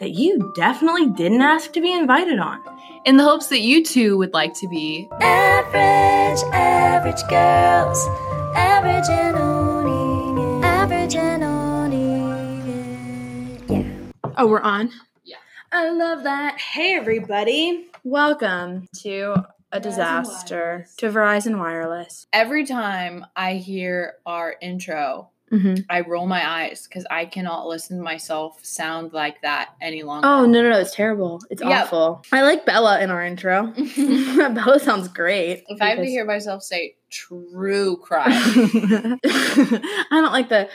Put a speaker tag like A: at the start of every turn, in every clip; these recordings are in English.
A: that you definitely didn't ask to be invited on.
B: In the hopes that you too would like to be
C: Average, average girls, average and owning it, average and owning it. Yeah.
A: Oh, we're on?
B: Yeah.
A: I love that. Hey, everybody. Welcome to a
B: Verizon
A: disaster
B: Wireless.
A: to Verizon Wireless.
B: Every time I hear our intro,
A: Mm-hmm.
B: I roll my eyes because I cannot listen to myself sound like that any longer.
A: Oh, no, no, no. It's terrible. It's
B: Yeah.
A: awful. I like Bella in our intro. Bella sounds great.
B: if I have to
A: because-
B: hear myself say true crime,
A: I don't like the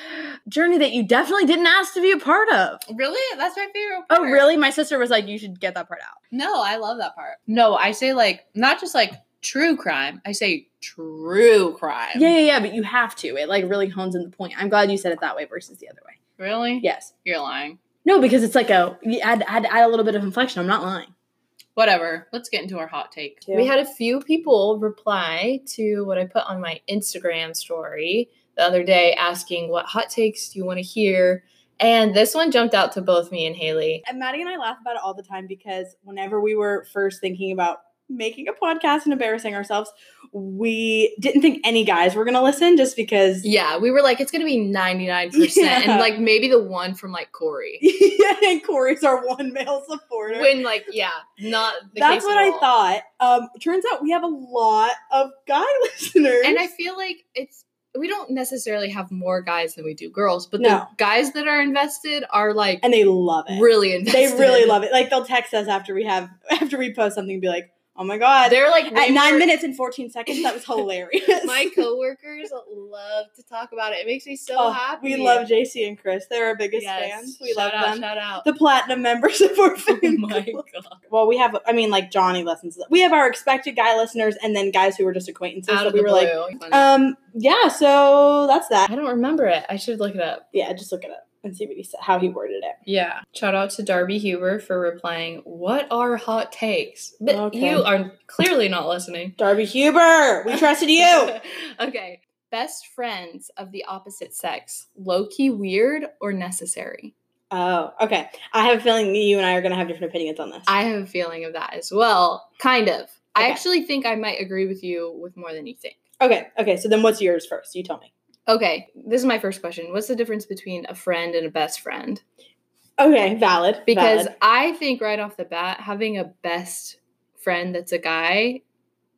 A: journey that you definitely didn't ask to be a part of.
B: really? That's my favorite part.
A: Oh, really? My sister was like, you should get that part out.
B: No, I love that part. No, I say like not just like true crime. I say true crime.
A: Yeah, yeah, yeah, but you have to. It like really hones in the point. I'm glad you said it that way versus the other way.
B: Really?
A: Yes.
B: You're lying.
A: No, because it's like a you add add, add a little bit of inflection. I'm not lying.
B: Whatever. Let's get into our hot take.
A: Yeah.
D: We had a few people reply to what I put on my Instagram story the other day asking what hot takes do you want to hear? And this one jumped out to both me and Haley.
E: and Maddie and I laugh about it all the time because whenever we were first thinking about making a podcast and embarrassing ourselves, we didn't think any guys were going to listen just because.
D: Yeah, we were like, it's gonna be 99%.
E: Yeah.
D: And like maybe the one from like Corey.
E: and Corey's our one male supporter.
D: when like, yeah, not the
E: That's
D: case
E: what
D: at
E: I
D: all.
E: thought. Um, turns out we have a lot of guy listeners.
D: And I feel like it's we don't necessarily have more guys than we do girls, but the
E: No.
D: guys that are invested are like
E: And they love it.
D: really invested.
E: They really love it. Like they'll text us after we have after we post something and be like, "Oh my god."
D: They're like
E: At
D: way
E: nine
D: more-
E: minutes and 14 seconds, that was hilarious.
D: My coworkers love to talk about it. It makes me so
E: Oh,
D: happy.
E: We love JC and Chris. They're our biggest fans. We
D: shout
E: love
D: out,
E: them.
D: Shout out.
E: the platinum members of our fan
D: oh my
E: club.
D: god.
E: Well, we have, I mean, like Johnny listens. We have our expected guy listeners and then guys who were just acquaintances.
D: Out
E: that
D: of
E: we
D: the
E: were
D: blue.
E: like, um, yeah, so that's that.
D: I don't remember it. I should look it up.
E: Yeah, just look it up and see what he said, how he worded it.
D: Yeah. Shout out to Darby Huber for replying, What are hot takes? But
E: Okay.
D: you are clearly not listening.
E: Darby Huber, we trusted you.
D: okay. Best friends of the opposite sex. Low key weird or necessary?
E: oh, okay. I have a feeling that you and I are going to have different opinions on this.
D: I have a feeling of that as well. Kind of. I
E: Okay.
D: actually think I might agree with you with more than you think.
E: okay, okay. So then what's yours first? You tell me.
D: Okay, this is my first question. What's the difference between a friend and a best friend?
E: Okay, valid.
D: Because
E: valid.
D: I think right off the bat, having a best friend that's a guy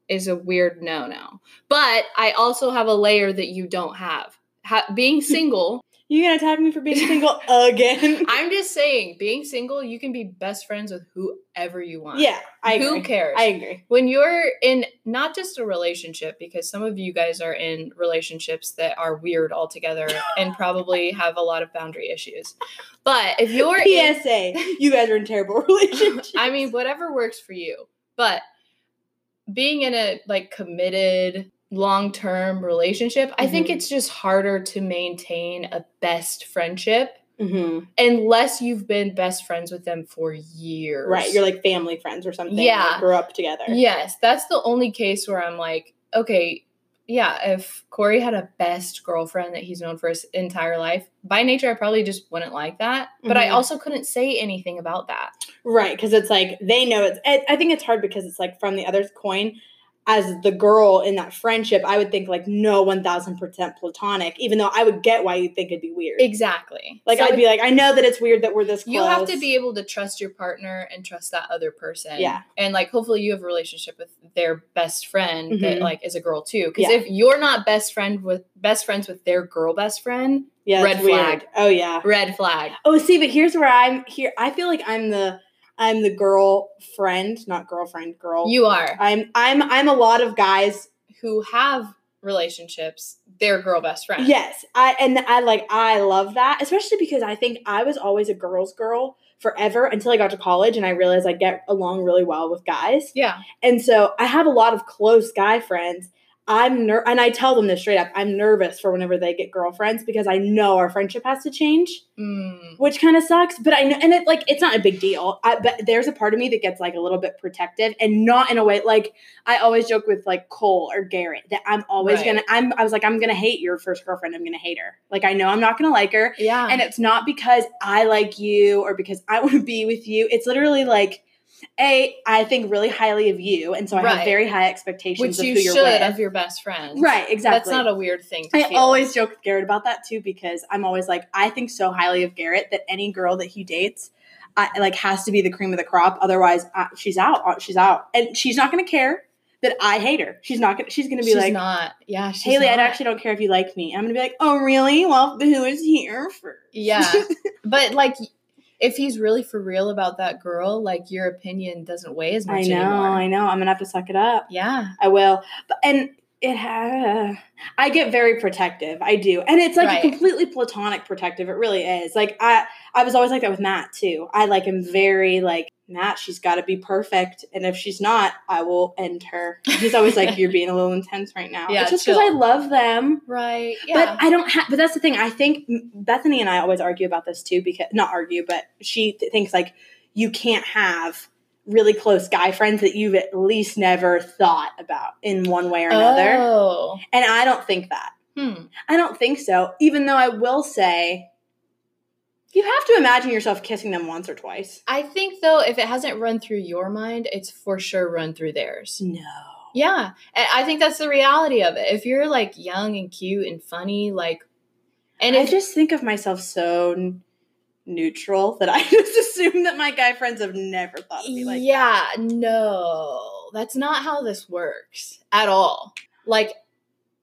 D: is a weird no no. But I also have a layer that you don't have. Ha- being single,
E: you're going to attack me for being single again.
D: I'm just saying, being single, you can be best friends with whoever you want.
E: yeah, I agree.
D: Who cares?
E: I agree.
D: when you're in not just a relationship because some of you guys are in relationships that are weird altogether and probably have a lot of boundary issues but if you're in,
E: PSA, you guys are in terrible relationships.
D: i mean whatever works for you but being in a like committed long-term relationship i think
E: Mhm.
D: it's just harder to maintain a best friendship mm-hmm.
E: hmm
D: unless you've been best friends with them for years
E: Right, you're like family friends or something. Yeah,
D: Yeah.
E: grew up together.
D: Yes, that's the only case where I'm like, okay, yeah, if Corey had a best girlfriend that he's known for his entire life, by nature, I probably just wouldn't like that. But I
E: Mhm.
D: also couldn't say anything about that.
E: Right, because it's like they know it's. I I think it's hard because it's like from the other coin. As the girl in that friendship, I would think like no, one thousand percent platonic. Even though I would get why you think it'd be weird.
D: Exactly.
E: Like
D: So
E: I'd be like, I know that it's weird that we're this. Close.
D: you have to be able to trust your partner and trust that other person.
E: Yeah.
D: And like, hopefully, you have a relationship with their best friend that
E: Mhm.
D: like is a girl too. Because
E: Yeah.
D: if you're not best friend with best friends with their girl best friend,
E: yeah, it's
D: red
E: weird.
D: flag.
E: Oh yeah.
D: red flag.
E: Oh, see, but here's where I'm here. I feel like I'm the I'm the girl friend, not girlfriend. Girl,
D: You are
E: I'm I'm I'm a lot of guys
D: who have relationships, their girl best friend.
E: Yes, I and I like I love that, especially because I think I was always a girl's girl. forever until I got to college and I realized I get along really well with guys.
D: Yeah.
E: And so I have a lot of close guy friends. I'm ner- and I tell them this straight up. I'm nervous for whenever they get girlfriends because I know our friendship has to change,
D: Mm.
E: which kind of sucks. But I know, and it like it's not a big deal. I, but there's a part of me that gets like a little bit protective, and not in a way like I always joke with like Cole or Garrett that I'm always
D: Right.
E: gonna. I'm I was like I'm gonna hate your first girlfriend. I'm gonna hate her. Like I know I'm not gonna like her,
D: Yeah.
E: and it's not because I like you or because I want to be with you. It's literally like, A, I think really highly of you. And so I have
D: Right.
E: very high expectations
D: which
E: of
D: you
E: who you're
D: should
E: with.
D: of your best friend.
E: Right, exactly.
D: That's not a weird thing to
E: I
D: feel.
E: always joke with Garrett about that too because I'm always like, I think so highly of Garrett that any girl that he dates, I, like has to be the cream of the crop. Otherwise, I, she's out. Uh, She's out, and she's not going to care that I hate her. She's not. Gonna, she's going to be
D: she's
E: like,
D: not. Yeah, she's
E: Haley,
D: not.
E: I actually don't care if you like me. I'm going to be like, oh really? Well, who is here first?
D: Yeah. but like if he's really for real about that girl, like your opinion doesn't weigh as
E: I
D: much
E: know,
D: anymore.
E: I know. I'm gonna have to suck it up.
D: yeah.
E: I will. But and it ha I get very protective. I do, and it's like
D: Right.
E: a completely platonic protective. It really is. Like I, I was always like that with Matt too. I like am very like Matt. She's got to be perfect, and if she's not, I will end her. He's always like, "You're being a little intense right now."
D: Yeah,
E: it's just because I
D: chill.
E: love them.
D: Right. Yeah.
E: But I don't have. But that's the thing. I think M- Bethany and I always argue about this too. Because not argue, but she th- thinks like you can't have really close guy friends that you've at least never thought about in one way or another.
D: Oh.
E: And I don't think that.
D: Hmm.
E: I don't think so. Even though I will say, you have to imagine yourself kissing them once or twice.
D: I think though, if it hasn't run through your mind, it's for sure run through theirs.
E: No.
D: Yeah. And I think that's the reality of it. If you're like young and cute and funny, like and
E: And I
D: if
E: just think of myself so n- neutral that I just assume that my guy friends have never thought of me like that.
D: yeah no that's not how this works at all like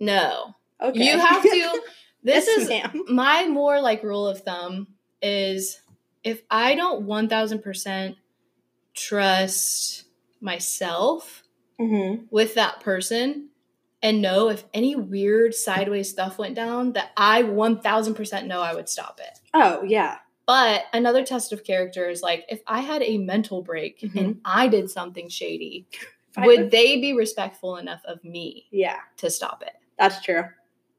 D: no
E: Okay.
D: you have to this
E: Yes,
D: is
E: ma'am.
D: my more like rule of thumb is if i don't 1000% trust myself
E: Mm-hmm.
D: with that person and know if any weird sideways stuff went down that i 1000% know i would stop it
E: Oh yeah,
D: But another test of character is like if I had a mental break
E: Mm-hmm.
D: and I did something shady,
E: I
D: would
E: would-
D: they be respectful enough of me
E: yeah,
D: to stop it?
E: that's true.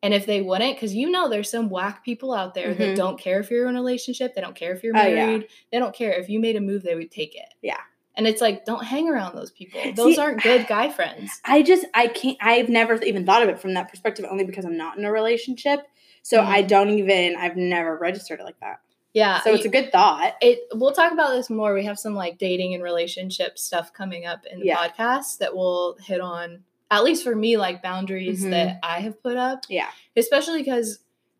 D: And if they wouldn't, because you know there's some whack people out there
E: Mhm.
D: that don't care if you're in a relationship, they don't care if you're
E: Oh, yeah.
D: married, they don't care. If you made a move, they would take it.
E: Yeah.
D: And it's like, don't hang around those people. Those
E: See-
D: aren't good guy friends.
E: I just I can't. I've never even thought of it from that perspective, only because I'm not in a relationship, so I
D: Mhm.
E: don't even. I've never registered it like that.
D: Yeah.
E: So it's a good thought.
D: it we'll talk about this more. We have some like dating and relationship stuff coming up in the
E: Yeah.
D: podcast that we'll hit on at least for me like boundaries
E: Mhm.
D: that I have put up.
E: Yeah.
D: Especially cuz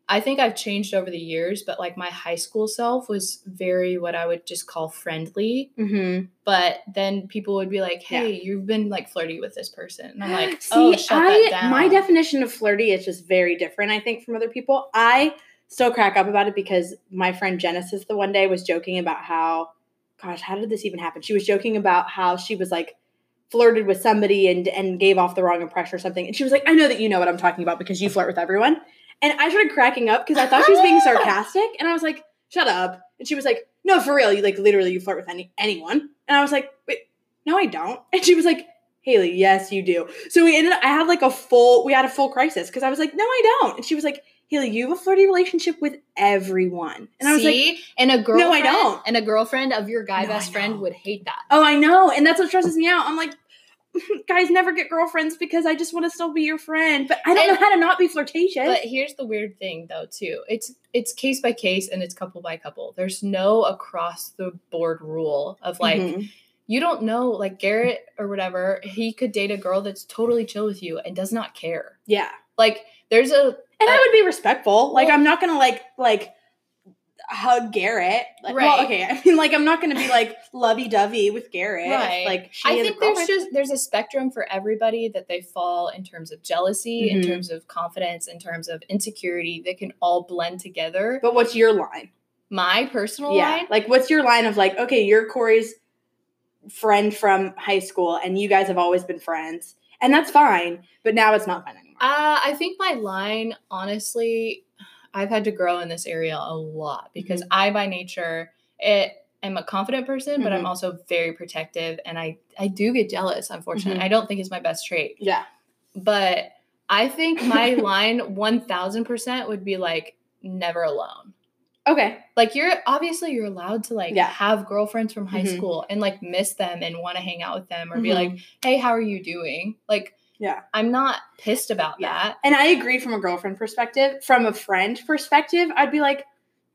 D: I think I've changed over the years, but like my high school self was very what I would just call friendly,
E: Mm-hmm.
D: but then people would be like,
E: Yeah.
D: "Hey, you've been like flirty with this person." And I'm like,
E: See,
D: "Oh, shut
E: I
D: that down."
E: my definition of flirty is just very different. I think from other people. I still crack up about it because my friend Genesis the one day was joking about how, gosh, how did this even happen? She was joking about how she was like flirted with somebody and and gave off the wrong impression or something. And she was like, I know that you know what I'm talking about because you flirt with everyone. And I started cracking up because I thought she was being sarcastic. And I was like, shut up. And she was like, no, for real. You like literally you flirt with any anyone. And I was like, wait, no, I don't. And she was like, Haley, yes, you do. So we ended up, I had like a full, we had a full crisis because I was like, no, I don't. And she was like, Haley, you have a flirty relationship with everyone. And I was like,
D: See? and a girlfriend
E: No, I don't.
D: and a girlfriend of your guy
E: No, I
D: best
E: know.
D: friend would hate that.
E: Oh, I know. And that's what stresses me out. I'm like, guys never get girlfriends because I just want to still be your friend. But I don't know
D: And-
E: how to not be flirtatious.
D: But here's the weird thing though too. It's it's case by case and it's couple by couple. There's no across the board rule of like
E: Mhm.
D: you don't know like Garrett or whatever, he could date a girl that's totally chill with you and does not care.
E: yeah.
D: Like there's a
E: And I
D: Uh,
E: would be respectful. Like,
D: well-
E: I'm not going to like, like, hug Garrett. Like, Well,
D: Right.
E: okay. I mean, like, I'm not going to be like lovey dovey with Garrett.
D: Right.
E: Like, she
D: I
E: is
D: think
E: a
D: there's
E: girlfriend.
D: just there's a spectrum for everybody that they fall in terms of jealousy, in
E: Mhm.
D: terms of confidence, in terms of insecurity. They can all blend together.
E: But what's your line?
D: My personal
E: Yeah.
D: line,
E: Like, what's your line of like, okay, you're Corey's friend from high school and you guys have always been friends. And that's fine. But now it's not fun anymore.
D: Uh, I think my line,
E: Mm-hmm.
D: honestly, I've had to grow in this area a lot because I, by nature, it am a confident person, but I'm
E: Mhm.
D: also very protective and I I do get jealous, unfortunately.
E: Mhm.
D: I don't think it's my best trait.
E: Yeah.
D: But I think my line 1000% would be like never alone.
E: Okay.
D: Like you're obviously you're allowed to like
E: Yeah.
D: have girlfriends from high
E: Mhm.
D: school and like miss them and want to hang out with them or be
E: Mhm.
D: like, "Hey, how are you doing?" Like
E: Yeah.
D: I'm not pissed about
E: Yeah.
D: that.
E: And I agree from a girlfriend perspective. From a friend perspective, I'd be like,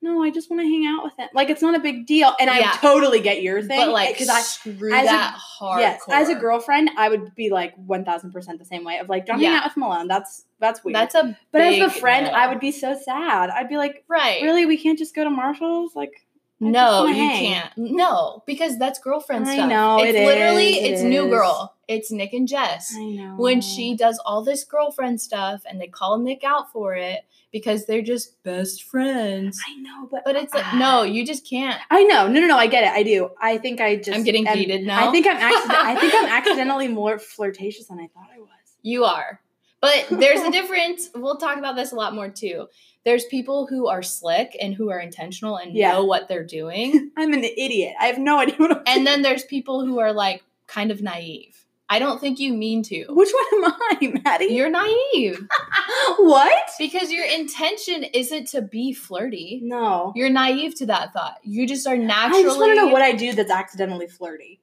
E: no, I just want to hang out with them. Like it's not a big deal. And I
D: Yeah.
E: totally get your thing.
D: But like
E: because I
D: screw
E: as a-
D: that hard. hardcore.
E: yes, as a girlfriend, I would be like one thousand percent the same way of like, don't hang
D: Yeah.
E: out with him alone. That's that's weird.
D: That's a
E: but as a
D: big
E: friend,
D: no.
E: I would be so sad. I'd be like,
D: right.
E: really, we can't just go to Marshalls? Like I just
D: No,
E: wanna
D: you
E: hang.
D: can't. No, because that's girlfriend
E: I
D: stuff.
E: know,
D: it's
E: it
D: literally
E: is, it
D: it's new
E: is.
D: girl. It's Nick and Jess.
E: I know.
D: When she does all this girlfriend stuff and they call Nick out for it because they're just best friends.
E: I know, but
D: But it's like no, you just can't.
E: I know. No, no, no. I get it. I do. I think I just
D: I'm getting
E: am-
D: heated now.
E: I think I'm accident- I think I'm accidentally more flirtatious than I thought I was.
D: you are. But there's a difference. We'll talk about this a lot more too. There's people who are slick and who are intentional and
E: Yeah.
D: know what they're doing.
E: I'm an idiot. I have no idea what I'm
D: and then there's people who are like kind of naive. I don't think you mean to.
E: Which one am I, Maddie?
D: You're naive.
E: what?
D: Because your intention isn't to be flirty.
E: No.
D: You're naive to that thought. You just are naturally.
E: I just want to know what I do that's accidentally flirty.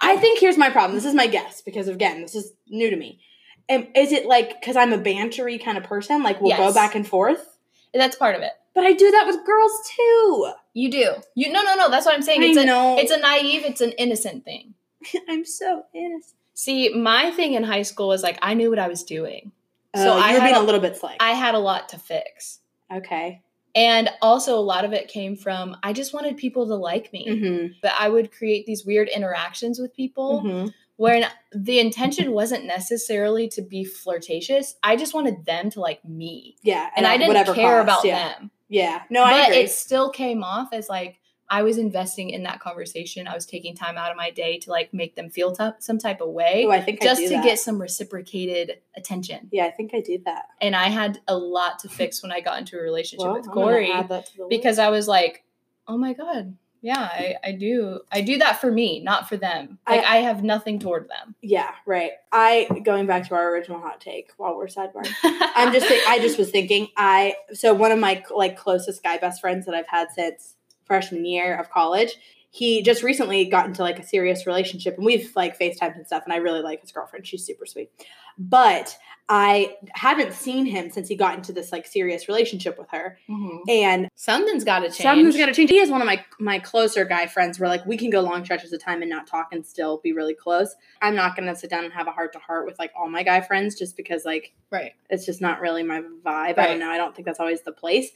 E: I think here's my problem. This is my guess because again, this is new to me. And is it like because I'm a bantery kind of person? Like we'll go
D: Yes.
E: back and forth.
D: That's part of it.
E: But I do that with girls too.
D: You do. You no no no. That's what I'm saying. It's
E: I
D: a
E: know.
D: it's a naive. It's an innocent thing.
E: I'm so innocent.
D: See, my thing in high school was like I knew what I was doing. So
E: oh,
D: I
E: you're
D: had
E: being a
D: a-
E: little bit slick.
D: I had a lot to fix,
E: okay.
D: and also a lot of it came from I just wanted people to like me.
E: Mm-hmm.
D: But I would create these weird interactions with people when the intention wasn't necessarily to be flirtatious. I just wanted them to like me.
E: Yeah.
D: and I
E: at
D: didn't
E: whatever
D: care about
E: cost, yeah.
D: them.
E: Yeah. No, I
D: but
E: agree.
D: it still came off as like I was investing in that conversation. I was taking time out of my day to like make them feel t- some type of way
E: Ooh, Oh, I think I
D: just
E: do
D: to
E: that.
D: get some reciprocated attention.
E: Yeah, I think I did that.
D: And I had a lot to fix when I got into a relationship
E: Well,
D: with
E: I'm gonna
D: Corey
E: add that to the list.
D: because I was like, oh my God. Yeah, I, I do. I do that for me, not for them.
E: I-
D: Like I, have nothing toward them.
E: yeah, right. I going back to our original hot take while we're sidebarring. I'm just think, I just was thinking I so one of my like closest guy best friends that I've had since freshman year of college. He just recently got into like a serious relationship and we've like FaceTimed and stuff and I really like his girlfriend. She's super sweet. But I haven't seen him since he got into this like serious relationship with her.
D: Mhm.
E: And
D: Something's got to change.
E: Something's got to change. He is one of my my closer guy friends where like we can go long stretches of time and not talk and still be really close. I'm not gonna sit down and have a heart to heart with like all my guy friends just because like
D: right.
E: it's just not really my vibe. I
D: Right.
E: don't know. I don't think that's always the place.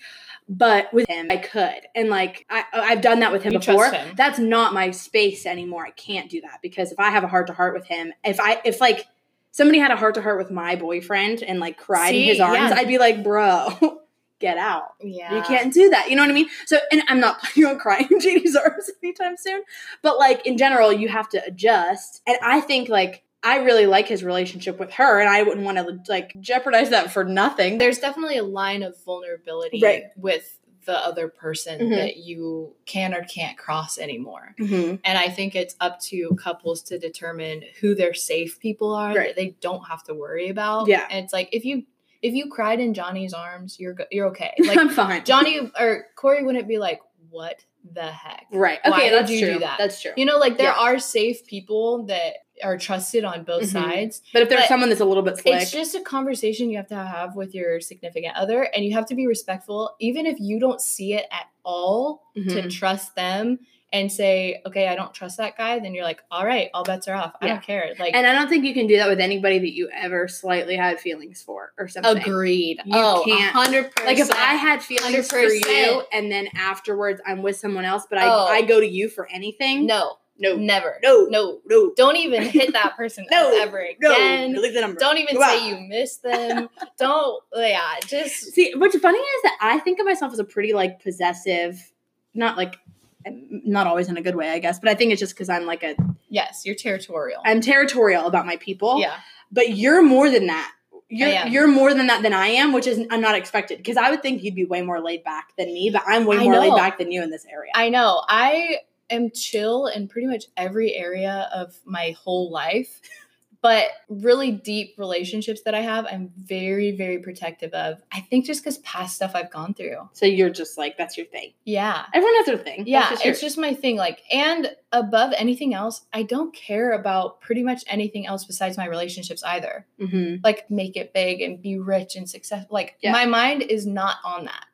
E: But with him, I could and like I I've done that with him
D: You trust
E: before.
D: him.
E: That's not my space anymore. I can't do that because if I have a heart to heart with him, if I if like somebody had a heart to heart with my boyfriend and like cried in
D: See?
E: his arms,
D: Yeah.
E: I'd be like, bro, get out.
D: Yeah.
E: You can't do that. You know what I mean? So, and I'm not planning on crying in JD's arms anytime soon, but like in general, you have to adjust. And I think like I really like his relationship with her, and I wouldn't want to like jeopardize that for nothing.
D: there's definitely a line of vulnerability
E: Right.
D: with the other person
E: Mhm.
D: that you can or can't cross anymore.
E: Mm-hmm.
D: And I think it's up to couples to determine who their safe people are
E: Right.
D: that they don't have to worry about.
E: Yeah.
D: And it's like if you if you cried in Johnny's arms, you're go- you're okay.
E: I'm
D: Like
E: fine.
D: Johnny or Corey wouldn't be like, "What the heck?"
E: right?
D: why
E: Okay,
D: would
E: that's
D: you
E: true.
D: do that?
E: That's true.
D: You know, like there
E: Yeah.
D: are safe people that are trusted on both
E: Mhm.
D: sides.
E: but if there's
D: but
E: someone that's a little bit slick,
D: It's just a conversation you have to have with your significant other, and you have to be respectful, even if you don't see it at all, to
E: Mhm.
D: trust them and say, okay, I don't trust that guy. Then you're like, all right, all bets are off. I
E: Yeah.
D: don't care. Like,
E: and I don't think you can do that with anybody that you ever slightly had feelings for or something.
D: agreed.
E: You
D: oh,
E: can't-
D: 100%.
E: Like if I had feelings for you,
D: 100%.
E: and then afterwards I'm with someone else, but I,
D: Oh.
E: I go to you for anything.
D: no,
E: no,
D: never.
E: No.
D: no.
E: no,
D: Don't even hit that person
E: No,
D: up ever again.
E: leave the number.
D: Don't even
E: Wow.
D: say you miss them. don't, yeah, just
E: See, what's funny is that I think of myself as a pretty like possessive, not like not always in a good way, I guess, but I think it's just because I'm like a
D: yes, you're territorial.
E: I'm territorial about my people.
D: yeah,
E: But you're more than that you're
B: am.
E: you're more than that than I am, which is I'm not expected because I would think you'd be way more laid back than me, but I'm way
D: I
E: more laid
D: know.
E: back than you in this area.
D: I know. I am chill in pretty much every area of my whole life, but really deep relationships that I have, I'm very, very protective of. I think just because past stuff I've gone through.
E: so you're just like that's your thing.
D: Yeah.
E: Everyone has their thing. That's
D: Yeah,
E: just yours.
D: it's just my thing. Like, and above anything else, I don't care about pretty much anything else besides my relationships either.
E: Mhm.
D: Like, make it big and be rich and successful. Like,
E: Yeah.
D: my mind is not on that.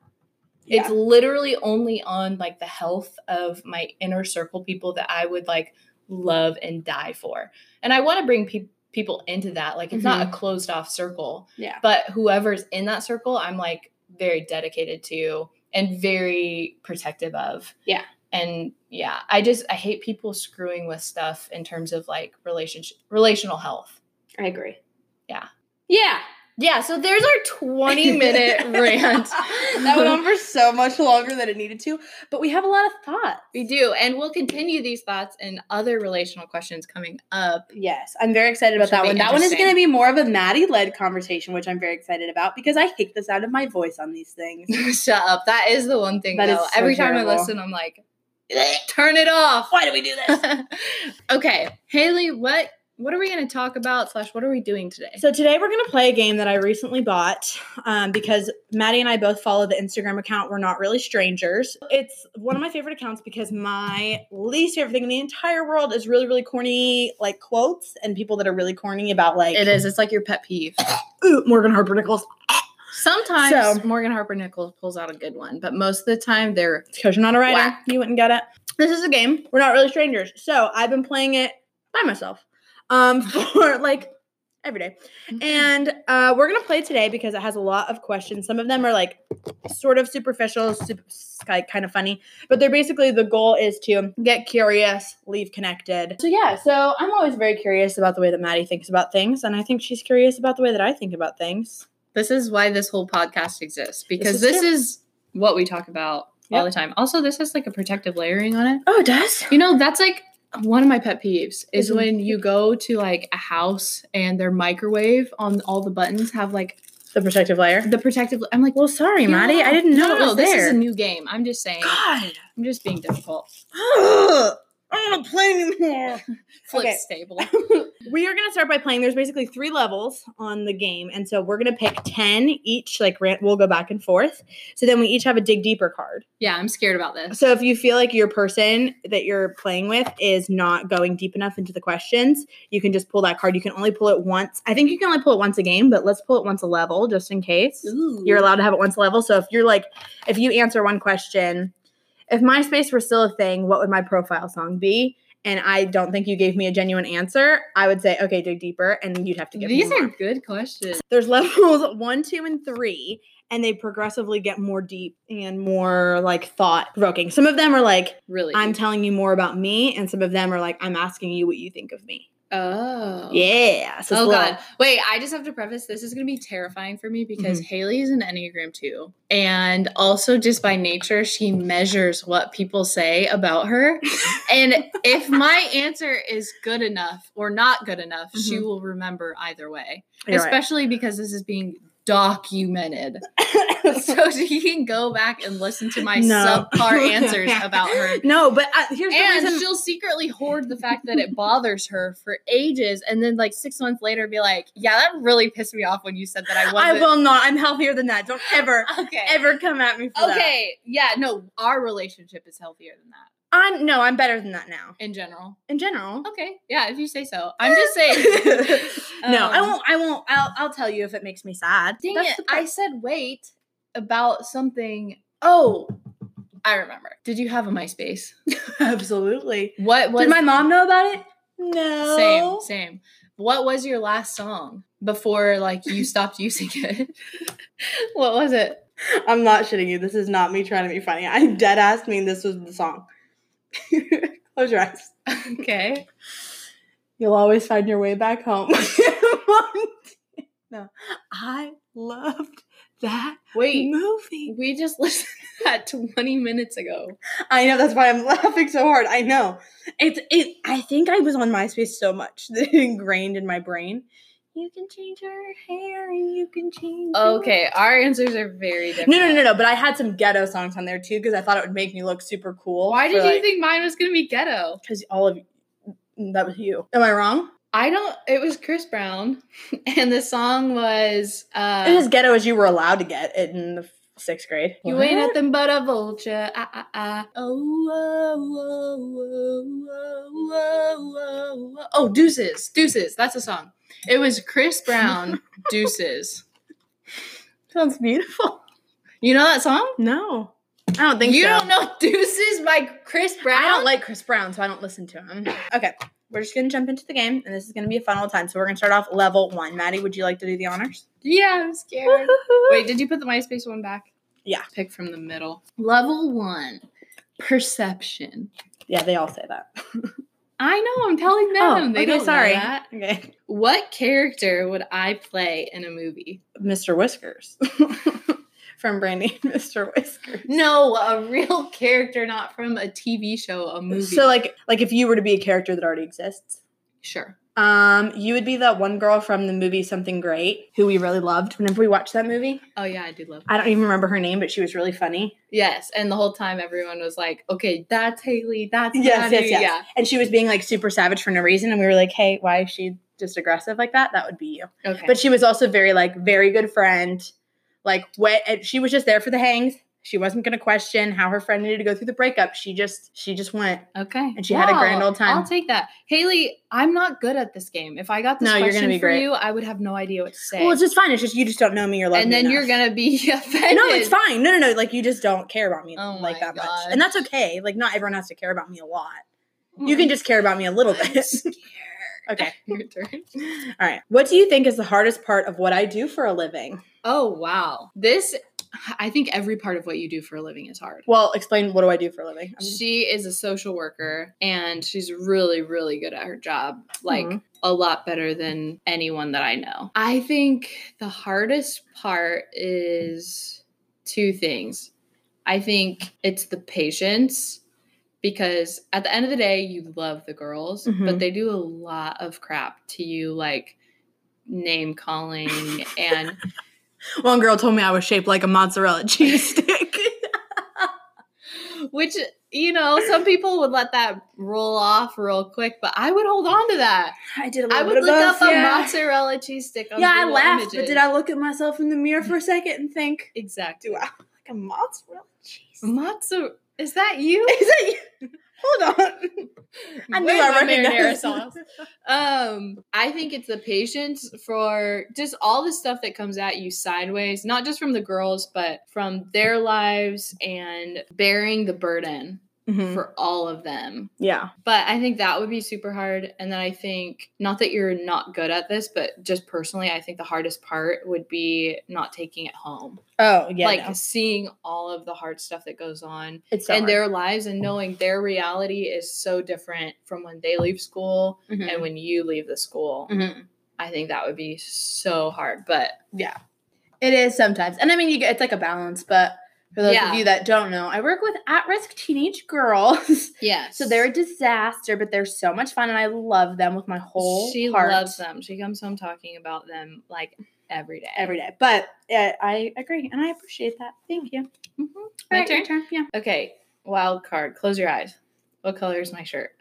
E: Yeah.
D: It's literally only on like the health of my inner circle people that I would like love and die for. And I want to bring peop people into that. Like, it's not a closed off circle,
E: Mm-hmm. yeah.
D: but whoever's in that circle, I'm like very dedicated to and very protective of.
E: Yeah.
D: And yeah, I just I hate people screwing with stuff in terms of like relationship relational health.
E: I agree.
D: Yeah.
E: Yeah.
D: Yeah, so there's our 20 minute rant.
E: that went on for so much longer than it needed to, but we have a lot of thought.
D: We do, and we'll continue these thoughts and other relational questions coming up.
E: Yes, I'm very excited about
D: Should
E: that
D: be
E: one. That one is
D: interesting.
E: going to be more of a Maddie led conversation, which I'm very excited about because I hate the sound of my voice on these things.
D: Shut up. That is the one thing
E: That is
D: though.
E: so
D: Every time I
E: terrible.
D: listen, I'm like, "Eh, turn it off.
E: Why do we do this?
D: okay, Haley, what what are we going to talk about? Slash, what are we doing today?
E: So today we're going to play a game that I recently bought um, because Maddie and I both follow the Instagram account. We're not really strangers. It's one of my favorite accounts because my least favorite thing in the entire world is really, really corny like quotes and people that are really corny about like
D: It is. It's like your pet peeve.
E: Ooh, Morgan Harper Nichols
D: Sometimes
E: So-
D: Morgan Harper Nichols pulls out a good one, but most of the time they're
E: because you're not a writer.
D: Whack.
E: You wouldn't get it. This is a game. We're not really strangers. So I've been playing it by myself um, for like every day. And uh, we're going to play today because it has a lot of questions. Some of them are like sort of superficial, super, like kind of funny, but they're basically the goal is to get curious, leave connected. So, yeah, so I'm always very curious about the way that Maddie thinks about things. And I think she's curious about the way that I think about things.
D: this is why this whole podcast exists because
E: is
D: this is,
E: true.
D: what we talk about all
E: Yep.
D: the time. Also, this has like a protective layering on it.
E: Oh, it does?
D: You know, that's like one of my pet peeves is
E: Isn't-
D: when you go to like a house and their microwave on all the buttons have like
E: The protective layer.
D: the protective. I'm like,
E: Well, sorry,
D: you
E: Maddie. I didn't know
D: no,
E: it
D: no,
E: was
D: this
E: there.
D: is a new game. I'm just saying.
E: God.
D: I'm just being difficult.
E: Ugh, I don't want to play anymore.
D: Flip
E: Okay.
D: stable.
E: we are going to start by playing. There's basically three levels on the game. And so we're going to pick 10 each. Like, rant, we'll go back and forth. So then we each have a dig deeper card.
D: Yeah, I'm scared about this.
E: So if you feel like your person that you're playing with is not going deep enough into the questions, you can just pull that card. You can only pull it once. I think you can only pull it once a game, but let's pull it once a level just in case. You're
D: Mm-hmm.
E: allowed to have it once a level. So if you're like, if you answer one question, if MySpace were still a thing, what would my profile song be? And I don't think you gave me a genuine answer. I would say, okay, dig deeper, and you'd have to give
D: These
E: me
D: are
E: more.
D: good questions.
E: There's levels one, two, and three, and they progressively get more deep and more like thought provoking. Some of them are like,
D: Really.
E: I'm telling you more about me, and some of them are like, I'm asking you what you think of me.
D: Oh.
E: Yeah. So it's
D: Oh
E: a
D: god.
E: little-
D: Wait, I just have to preface this is going to be terrifying for me because
E: Mm-hmm.
D: Haley is an Enneagram 2 and also just by nature she measures what people say about her. and if my answer is good enough or not good enough, she will remember either way.
E: Mm-hmm. You're right.
D: Especially because this is being documented. so she can go back and listen to my
E: No.
D: subpar answers about her
E: No, but uh, here's the
D: and
E: reason.
D: she'll secretly hoard the fact that it bothers her for ages, and then like six months later, be like, "Yeah, that really pissed me off when you said that I
E: I
D: wasn't."
E: will not. I'm healthier than that. Don't ever,
D: Okay.
E: ever come at me for that.
D: okay. Yeah. No, our relationship is healthier than that
E: I'm no, I'm better than that now.
D: in general.
E: In general.
D: Okay. Yeah. If you say so, I'm just saying.
E: no, I
D: Um,
E: won't. I won't. I'll, I'll tell you if it makes me sad.
D: Dang
E: That's
D: it!
E: the
D: I
E: part-
D: said wait about something. Oh, I remember. Did you have a MySpace?
E: absolutely.
D: What was
E: Did my mom know about it? No.
D: same? Same. What was your last song before like you stopped using it? what was it?
E: I'm not shitting you. This is not me trying to be funny. I dead ass mean this was the song. Close your eyes.
D: Okay.
E: You'll always find your way back home. no, I loved that
D: Wait,
E: movie.
D: we just listened to that 20 minutes ago.
E: I know that's why I'm laughing so hard. I know. It's it I think I was on MySpace so much that it ingrained in my brain.
C: You can change your hair and you can change. your-
D: Okay, our answers are very different.
E: No, no, no, no. But I had some ghetto songs on there too because I thought it would make me look super cool.
D: Why did you think mine was gonna be ghetto?
E: Because all of you, that was you. Am I wrong?
D: I don't. It was Chris Brown, and the song was uh,
E: it was ghetto as you were allowed to get it in the sixth grade.
D: "You ain't nothing but a vulture." Ah, ah, ah. Oh, oh, oh, oh, oh, oh, oh, deuces, deuces. That's a song. It was Chris Brown, deuces.
E: Sounds beautiful.
D: You know that song?
E: No, I don't think
D: You
E: so.
D: don't know "Deuces" by Chris Brown?
E: I don't like Chris Brown, so I don't listen to him. Okay, we're just gonna jump into the game, and this is gonna be a fun old time. So we're gonna start off level one. Maddie, would you like to do the honors?
D: Yeah, I'm scared. Wait, did you put the MySpace one back?
E: Yeah.
D: Pick from the middle. Level one, perception.
E: Yeah, they all say that.
D: I know. I'm telling them.
E: Oh,
D: they
E: okay,
D: don't
E: sorry.
D: know that.
E: Okay,
D: What character would I play in a movie?
E: Mr. Whiskers from Brandy and Mr. Whiskers.
D: No, a real character, not from a TV show, a movie.
E: So like, like if you were to be a character that already exists.
D: sure.
E: Um, you would be that one girl from the movie Something Great who we really loved whenever we watched that movie.
D: Oh yeah, I do love.
E: I don't even remember her name, but she was really funny.
D: Yes, and the whole time everyone was like, "Okay, that's Haley. That's
E: Yes,
D: Maddie,
E: yes, yes. And she was being like super savage for no reason. And we were like, hey, why is she just aggressive like that? That would be you.
D: yeah." Okay,
E: But she was also very, like, very good friend. Like, what? And she was just there for the hangs. She wasn't going to question how her friend needed to go through the breakup. She just, she just went.
D: okay,
E: and she had a grand
D: Wow,
E: old time.
D: I'll take that, Haley. I'm not good at this game. If I got this
E: No, you're
D: question
E: gonna be
D: for
E: great.
D: you, I would have no idea what to say.
E: Well, it's just fine. It's just you just don't know me or love
D: and
E: me
D: then you're
E: enough.
D: gonna be offended.
E: No, it's fine. No, no, no. Like you just don't care about me
D: Oh
E: like
D: my
E: that much, and that's okay. Like not everyone has to care about me a lot. You can just care about me a little
D: Hmm. I'm
E: bit.
D: scared.
E: okay.
D: Your turn.
E: All right. What do you think is the hardest part of what I do for a living?
D: Oh wow. This I think every part of what you do for a living is hard.
E: Well, explain what do I do for a living. I'm-
D: She is a social worker and she's really really good at her job. Like
E: Mhm.
D: a lot better than anyone that I know. I think the hardest part is two things. I think it's the patience because at the end of the day you love the girls,
E: Mhm.
D: but they do a lot of crap to you like name calling and
E: One girl told me I was shaped like a mozzarella cheese stick.
D: Which, you know, some people would let that roll off real quick, but I would hold on to that.
E: I did a
D: I would
E: bit
D: look
E: of
D: up
E: both,
D: a
E: yeah.
D: mozzarella cheese stick on
E: Yeah, I
D: Google
E: laughed, but
D: Images.
E: did I look at myself in the mirror for a second and think,
D: Exactly.
E: do I look like a mozzarella cheese? Is
D: Mozzarella. Is that you?
E: that you? Hold on. I knew
D: Where's
E: I
D: my marinara
E: recognized
D: sauce. Um, I think it's the patience for just all the stuff that comes at you sideways, not just from the girls, but from their lives and bearing the burden
E: Mhm.
D: for all of them.
E: Yeah.
D: But I think that would be super hard. And then I think, not that you're not good at this, but just personally, I think the hardest part would be not taking it home.
E: Oh, yeah.
D: like
E: no.
D: seeing all of the hard stuff that goes on
E: it's so
D: in
E: hard.
D: their lives and knowing their reality is so different from when they leave school
E: Mhm.
D: and when you leave the school.
E: Mhm.
D: I think that would be so hard. But
E: It is sometimes. And I mean, you get, it's like a balance, but for those
D: Yeah.
E: of you that don't know, I work with at risk teenage girls.
D: yeah.
E: so they're a disaster, but they're so much fun and I love them with my whole
D: she
E: heart
D: loves them. She comes home talking about them like every day.
E: every day. But uh, I agree and I appreciate that. Thank you.
D: Mhm.
E: All
D: My
E: right, your turn. Yeah.
D: Okay, wild card. Close your eyes. What color is my shirt?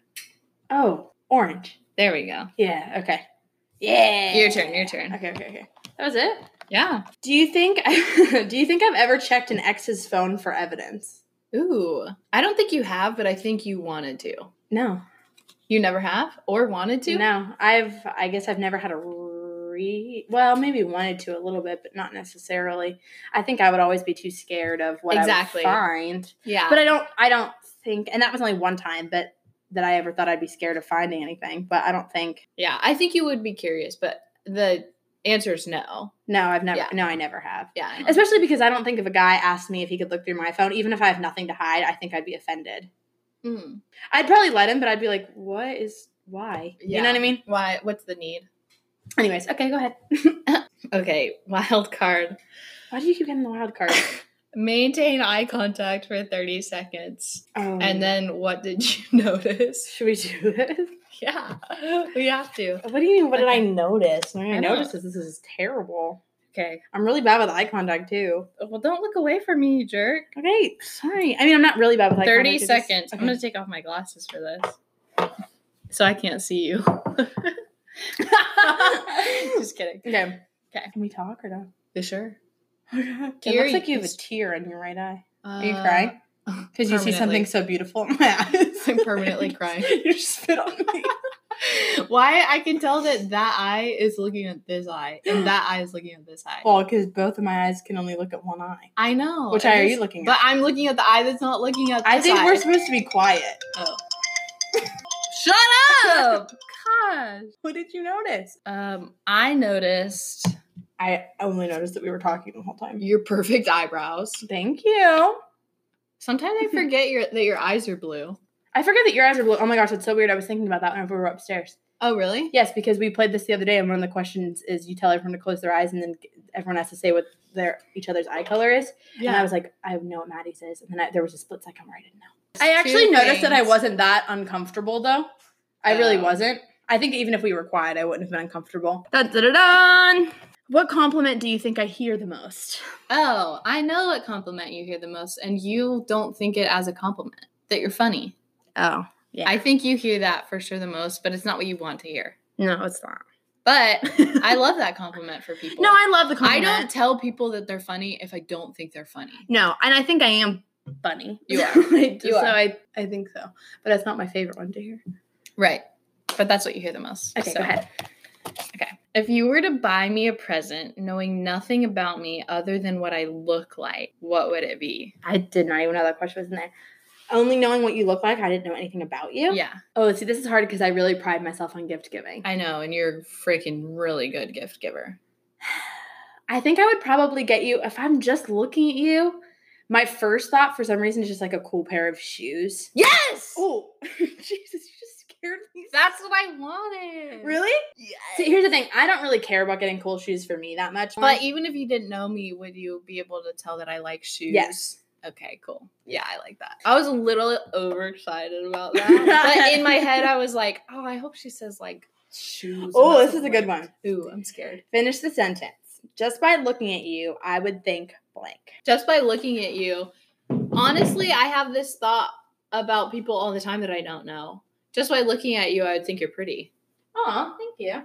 E: Oh, orange.
D: There we go.
E: Yeah. Okay. Yeah.
D: Your turn, your turn.
E: Okay, okay, okay. That was it.
D: Yeah.
E: Do you think I, do you think I've ever checked an ex's phone for evidence?
D: Ooh. I don't think you have, but I think you wanted to.
E: No.
D: You never have or wanted to?
E: No, I've. I guess I've never had a re. Well, maybe wanted to a little bit, but not necessarily. I think I would always be too scared of what
D: Exactly.
E: I would find.
D: Yeah.
E: But I don't. I don't think. And that was only one time, but that I ever thought I'd be scared of finding anything. But I don't think.
D: yeah, I think you would be curious, but the answer is no.
E: No, I've never.
D: Yeah.
E: No, I never have.
D: Yeah. no.
E: Especially because I don't think if a guy asked me if he could look through my phone, even if I have nothing to hide, I think I'd be offended.
D: Mm.
E: I'd probably let him, but I'd be like, "What is why?" You know what I
D: Yeah.
E: mean?
D: Why what's the need?
E: Anyways, okay, go ahead.
D: Okay, wild card.
E: Why do you keep getting the wild card?
D: Maintain eye contact for 30 seconds.
E: Oh.
D: And then what did you notice?
E: Should we do this?
D: Yeah, we have to.
E: What do you mean? What did I notice? What I,
D: I don't-
E: noticed is this is terrible.
D: Okay.
E: I'm really bad with eye contact too.
D: Well, don't look away from me, you jerk.
E: Okay, sorry. I mean, I'm not really bad with eye
D: 30
E: contact. it's just-
D: seconds.
E: okay.
D: I'm going to take off my glasses for this. So I can't see you. Just kidding.
E: Okay.
D: Okay.
E: Can we talk or no?
D: You sure?
E: It looks
D: Teary
E: like you have a
D: is-
E: tear on your right eye.
D: Uh,
E: Are you crying? Because you see something so beautiful in my eyes.
D: I'm permanently crying.
E: you just spit on me.
D: Why? I can tell that that eye is looking at this eye, and that eye is looking at this eye.
E: Well, because both of my eyes can only look at one eye.
D: I know.
E: Which
D: Oh, it
E: eye are you
D: is-
E: looking
D: But
E: at?
D: I'm looking at the eye that's not looking at.
E: I
D: this
E: think
D: eye.
E: we're supposed to be quiet.
D: Oh. Shut up! Gosh.
E: What did you notice?
D: Um, I noticed
E: I only noticed that we were talking the whole time.
D: your perfect eyebrows.
E: Thank you.
D: Sometimes I forget your that your eyes are blue.
E: I forget that your eyes are blue. Oh my gosh, it's so weird. I was thinking about that whenever we were upstairs.
D: Oh, really?
E: Yes, because we played this the other day, and one of the questions is you tell everyone to close their eyes, and then everyone has to say what their each other's eye color is. And I was like, I know what Maddie's is. And then I, there was a split second where I didn't know. I actually
D: Two
E: noticed that I
D: things.
E: wasn't that uncomfortable though. I really
D: Oh.
E: wasn't. I think even if we were quiet, I wouldn't have been uncomfortable. Dun, dun, dun, dun. What compliment do you think I hear the most?
D: Oh, I know what compliment you hear the most, and you don't think it as a compliment that you're funny.
E: Oh, yeah.
D: I think you hear that for sure the most, but it's not what you want to hear.
E: no, it's not.
D: But I love that compliment for people.
E: No, I love the
D: I
E: compliment.
D: don't tell people that they're funny if I don't think they're funny.
E: No, and I think I am funny.
D: You are.
E: I-
D: You
E: so
D: are.
E: I, I think so. But that's not my favorite one to hear.
D: Right. But that's what you hear the most.
E: Okay,
D: So,
E: go ahead.
D: Okay. If you were to buy me a present knowing nothing about me other than what I look like, what would it be?
E: I did not even know that question was in there. Only knowing what you look like, I didn't know anything about you.
D: Yeah,
E: Oh, see, this is hard because I really pride myself on gift giving.
D: I know. And you're a freaking really good gift giver.
E: I think I would probably get you if I'm just looking at you. My first thought, for some reason, is just like a cool pair of shoes.
D: Yes!
E: Oh, Jesus! You just scared me.
D: That's what I wanted.
E: really? Yes. See, here's the thing. I don't really care about getting cool shoes for me that much.
D: But even if you didn't know me, would you be able to tell that I like shoes?
E: yes,
D: Okay, cool. Yeah, I like that. I was a little overexcited about that. but in my head, I was like, oh, I hope she says like shoes.
E: Oh,
D: not
E: this is a good
D: like-
E: one.
D: Ooh, I'm scared.
E: finish the sentence. Just by looking at you, I would think blank.
D: Just by looking at you, honestly, I have this thought about people all the time that I don't know. Just by looking at you, I would think you're pretty.
E: Oh, thank you.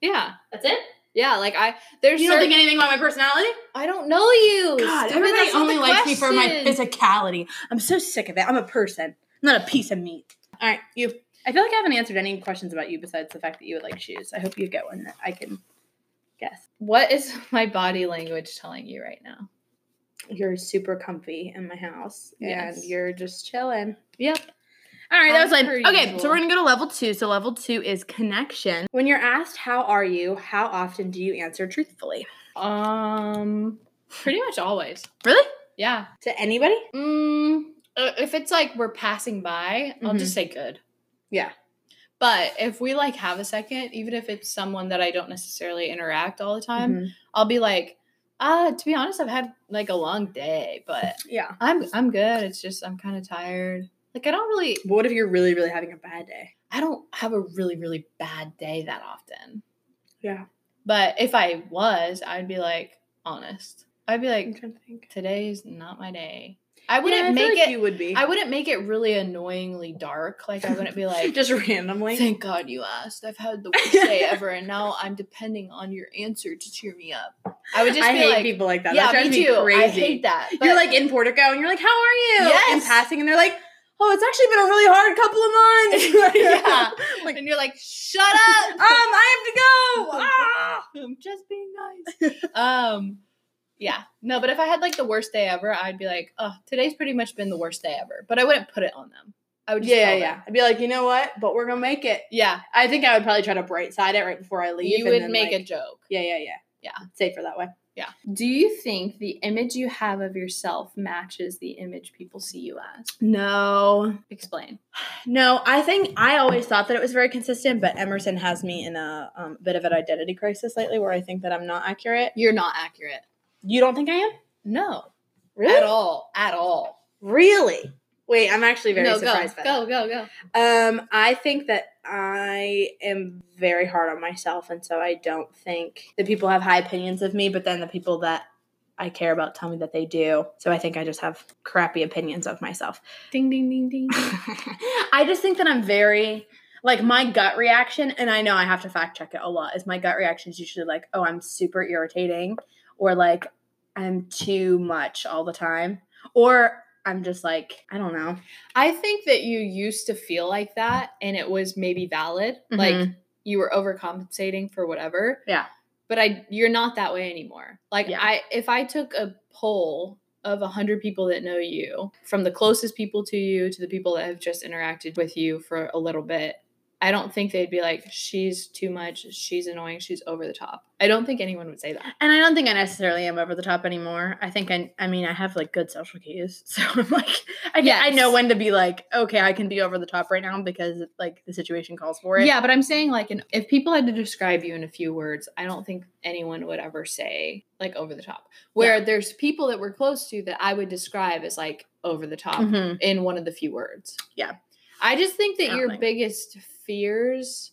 D: Yeah,
E: That's it.
D: yeah. Like I, there's.
E: You don't
D: certain-
E: think anything about my personality?
D: I don't know you.
E: God,
D: Stupid,
E: everybody
D: that's not
E: only
D: the
E: likes me for my
D: question.
E: physicality. I'm so sick of it. I'm a person, I'm not a piece of meat. All right, you. I feel like I haven't answered any questions about you besides the fact that you would like shoes. I hope you get one that I can guess.
D: What is my body language telling you right now?
E: You're super comfy in my house,
D: Yes.
E: and you're just chilling.
D: Yep.
E: All right, that
D: As
E: was like
D: per
E: okay. So
D: usual.
E: we're gonna go to level two. So level two is connection. When you're asked how are you, how often do you answer truthfully?
D: Um, pretty much always.
E: Really?
D: Yeah.
E: To anybody?
D: Mm, uh, if it's like we're passing by, I'll just say good.
E: Mm-hmm. Yeah.
D: But if we like have a second, even if it's someone that I don't necessarily interact all the time,
E: Mhm.
D: I'll be like, uh, to be honest, I've had like a long day, but
E: Yeah.
D: I'm I'm good. It's just I'm kind of tired. Like I don't really
E: But what if you're really, really having a bad day?
D: I don't have a really really bad day that often.
E: Yeah.
D: But if I was, I'd be like honest. I'd be like,
E: trying to think.
D: today's not my day. I
E: I wouldn't
D: wouldn't
E: make
D: make it.
E: You would be.
D: I wouldn't make it really annoyingly dark. Like I wouldn't be like,
E: just randomly.
D: thank God you asked. I've had the worst day ever, and now I'm depending on your answer to cheer me up. I would just
E: I
D: be
E: hate
D: like,
E: people like that.
D: yeah,
E: that drives
D: me too.
E: Crazy.
D: I hate that. But
E: you're like in Portico, and you're like, "How are you?" And
D: Yes.
E: passing, and they're like, "Oh, it's actually been a really hard couple of months."
D: yeah,
E: Like,
D: and you're like, shut up.
E: um, I
D: Oh,
E: have to go. Ah!
D: I'm just being nice. um, yeah, no, but if I had like the worst day ever, I'd be like, oh, today's pretty much been the worst day ever. But I wouldn't put it on them. I would just
E: Yeah, yeah,
D: tell
E: yeah.
D: them.
E: I'd be like, you know what? But we're gonna make it.
D: yeah.
E: I think I would probably try to bright side it right before I leave.
D: You
E: and
D: would
E: then,
D: make a
E: like,
D: joke.
E: Yeah, yeah, yeah,
D: Yeah.
E: Safer that way.
D: Do you think the image you have of yourself matches the image people see you as?
E: No,
D: Explain.
E: no. I think I always thought that it was very consistent, but Emerson has me in a um, bit of an identity crisis lately, where I think that I'm not accurate.
D: You're not accurate.
E: You don't think I am?
D: No,
E: Really?
D: at all, at all.
E: Really? Wait, I'm actually very
D: no, go,
E: surprised by
D: go,
E: that.
D: go, go.
E: Um, I think that I am very hard on myself, and so I don't think that people have high opinions of me. But then the people that I care about tell me that they do, so I think I just have crappy opinions of myself.
D: Ding ding ding ding.
E: I just think that I'm very like my gut reaction, and I know I have to fact check it a lot. Is my gut reaction is usually like, "Oh, I'm super irritating," or like, "I'm too much all the time," or I'm just like, I don't know.
D: I think that you used to feel like that and it was maybe valid. Like you were overcompensating for whatever.
E: Mm-hmm. Yeah.
D: But I you're not that way anymore. Like
E: Yeah.
D: I if I took a poll of 100 people that know you, from the closest people to you to the people that have just interacted with you for a little bit, I don't think they'd be like she's too much, she's annoying, she's over the top. I don't think anyone would say that.
E: And I don't think I necessarily am over the top anymore. I think I, I mean, I have like good social cues, so I'm like, I can, I know
D: Yes.
E: when to be like, okay, I can be over the top right now because like the situation calls for it.
D: Yeah, but I'm saying like an, if people had to describe you in a few words, I don't think anyone would ever say like over the top. Where there's people that we're close to that I would describe as like over the top
E: Mhm.
D: in one of the few words.
E: Yeah.
D: I just think that
E: I
D: your
E: like-
D: biggest fears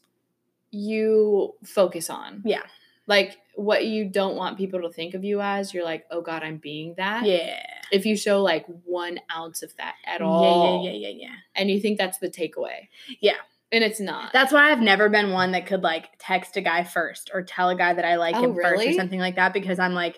D: you focus on.
E: Yeah.
D: Like what you don't want people to think of you as, you're like, "Oh god, I'm being that."
E: Yeah.
D: If you show like 1 ounce of that at
E: Yeah,
D: all
E: Yeah, yeah, yeah, yeah.
D: and you think that's the takeaway.
E: Yeah.
D: And it's not.
E: That's why I've never been one that could like text a guy first or tell a guy that I like
D: Oh,
E: him first or
D: really?
E: something like that because I'm like,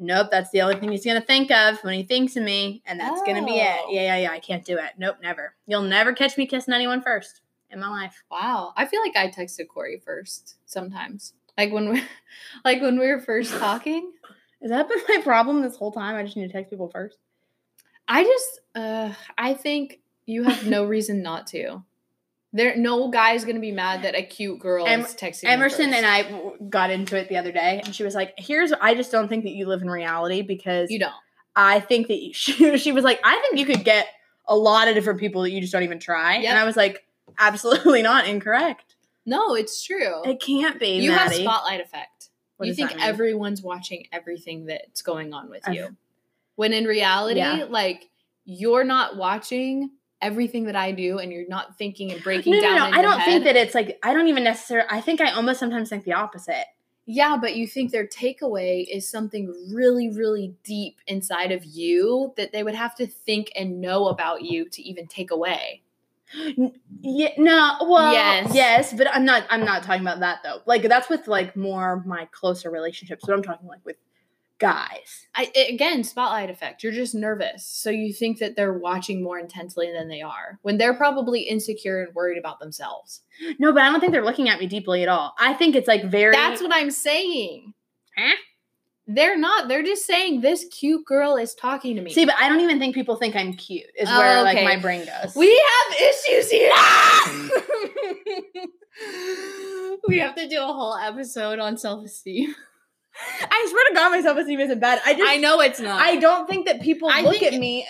E: nope, that's the only thing he's gonna think of when he thinks of me, and that's gonna be it.
D: Oh.
E: Yeah, yeah, yeah. I can't do it. Nope, never. You'll never catch me kissing anyone first in my life.
D: Wow. I feel like I texted Corey first sometimes. Like when we like when we were first talking.
E: Has that been my problem this whole time? I just need to text people first.
D: I just uh I think you have no reason not to. There no guy's gonna be mad that a cute girl
E: Em-
D: is texting. him
E: Emerson
D: first.
E: and I w- got into it the other day, and she was like, "Here's I just don't think that you live in reality because
D: you don't.
E: I think that you, she she was like, I think you could get a lot of different people that you just don't even try."
D: Yep.
E: And I was like, "Absolutely not incorrect.
D: No, it's true.
E: It can't be."
D: you have
E: Maddie.
D: spotlight effect.
E: What
D: you
E: does that
D: think
E: mean?
D: everyone's watching everything that's going on with
E: I've-
D: you. When in reality,
E: Yeah.
D: like you're not watching everything that I do and you're not thinking and breaking
E: No, no,
D: down.
E: no.
D: in
E: I
D: your
E: don't think
D: head.
E: that it's like I don't even necessarily. I think I almost sometimes think the opposite.
D: Yeah, but you think their takeaway is something really, really deep inside of you that they would have to think and know about you to even take away.
E: Yeah, no, well, yes.
D: Yes.
E: but I'm not. I'm not talking about that though. Like that's with like more my closer relationships. But I'm talking like with guys.
D: I, i- again, spotlight effect. You're just nervous. So you think that they're watching more intensely than they are when they're probably insecure and worried about themselves.
E: No, but I don't think they're looking at me deeply at all. I think it's like very.
D: That's what I'm saying.
E: Huh?
D: They're not. They're just saying this cute girl is talking to me.
E: see, but I don't even think people think I'm cute. Is
D: Oh,
E: where like
D: okay.
E: my brain goes.
D: We have issues here. we have to do a whole episode on self esteem.
E: I swear to God, my self esteem isn't bad. I just.
D: I
E: I,
D: know it's not.
E: don't think that people
D: I
E: look
D: think-
E: at me.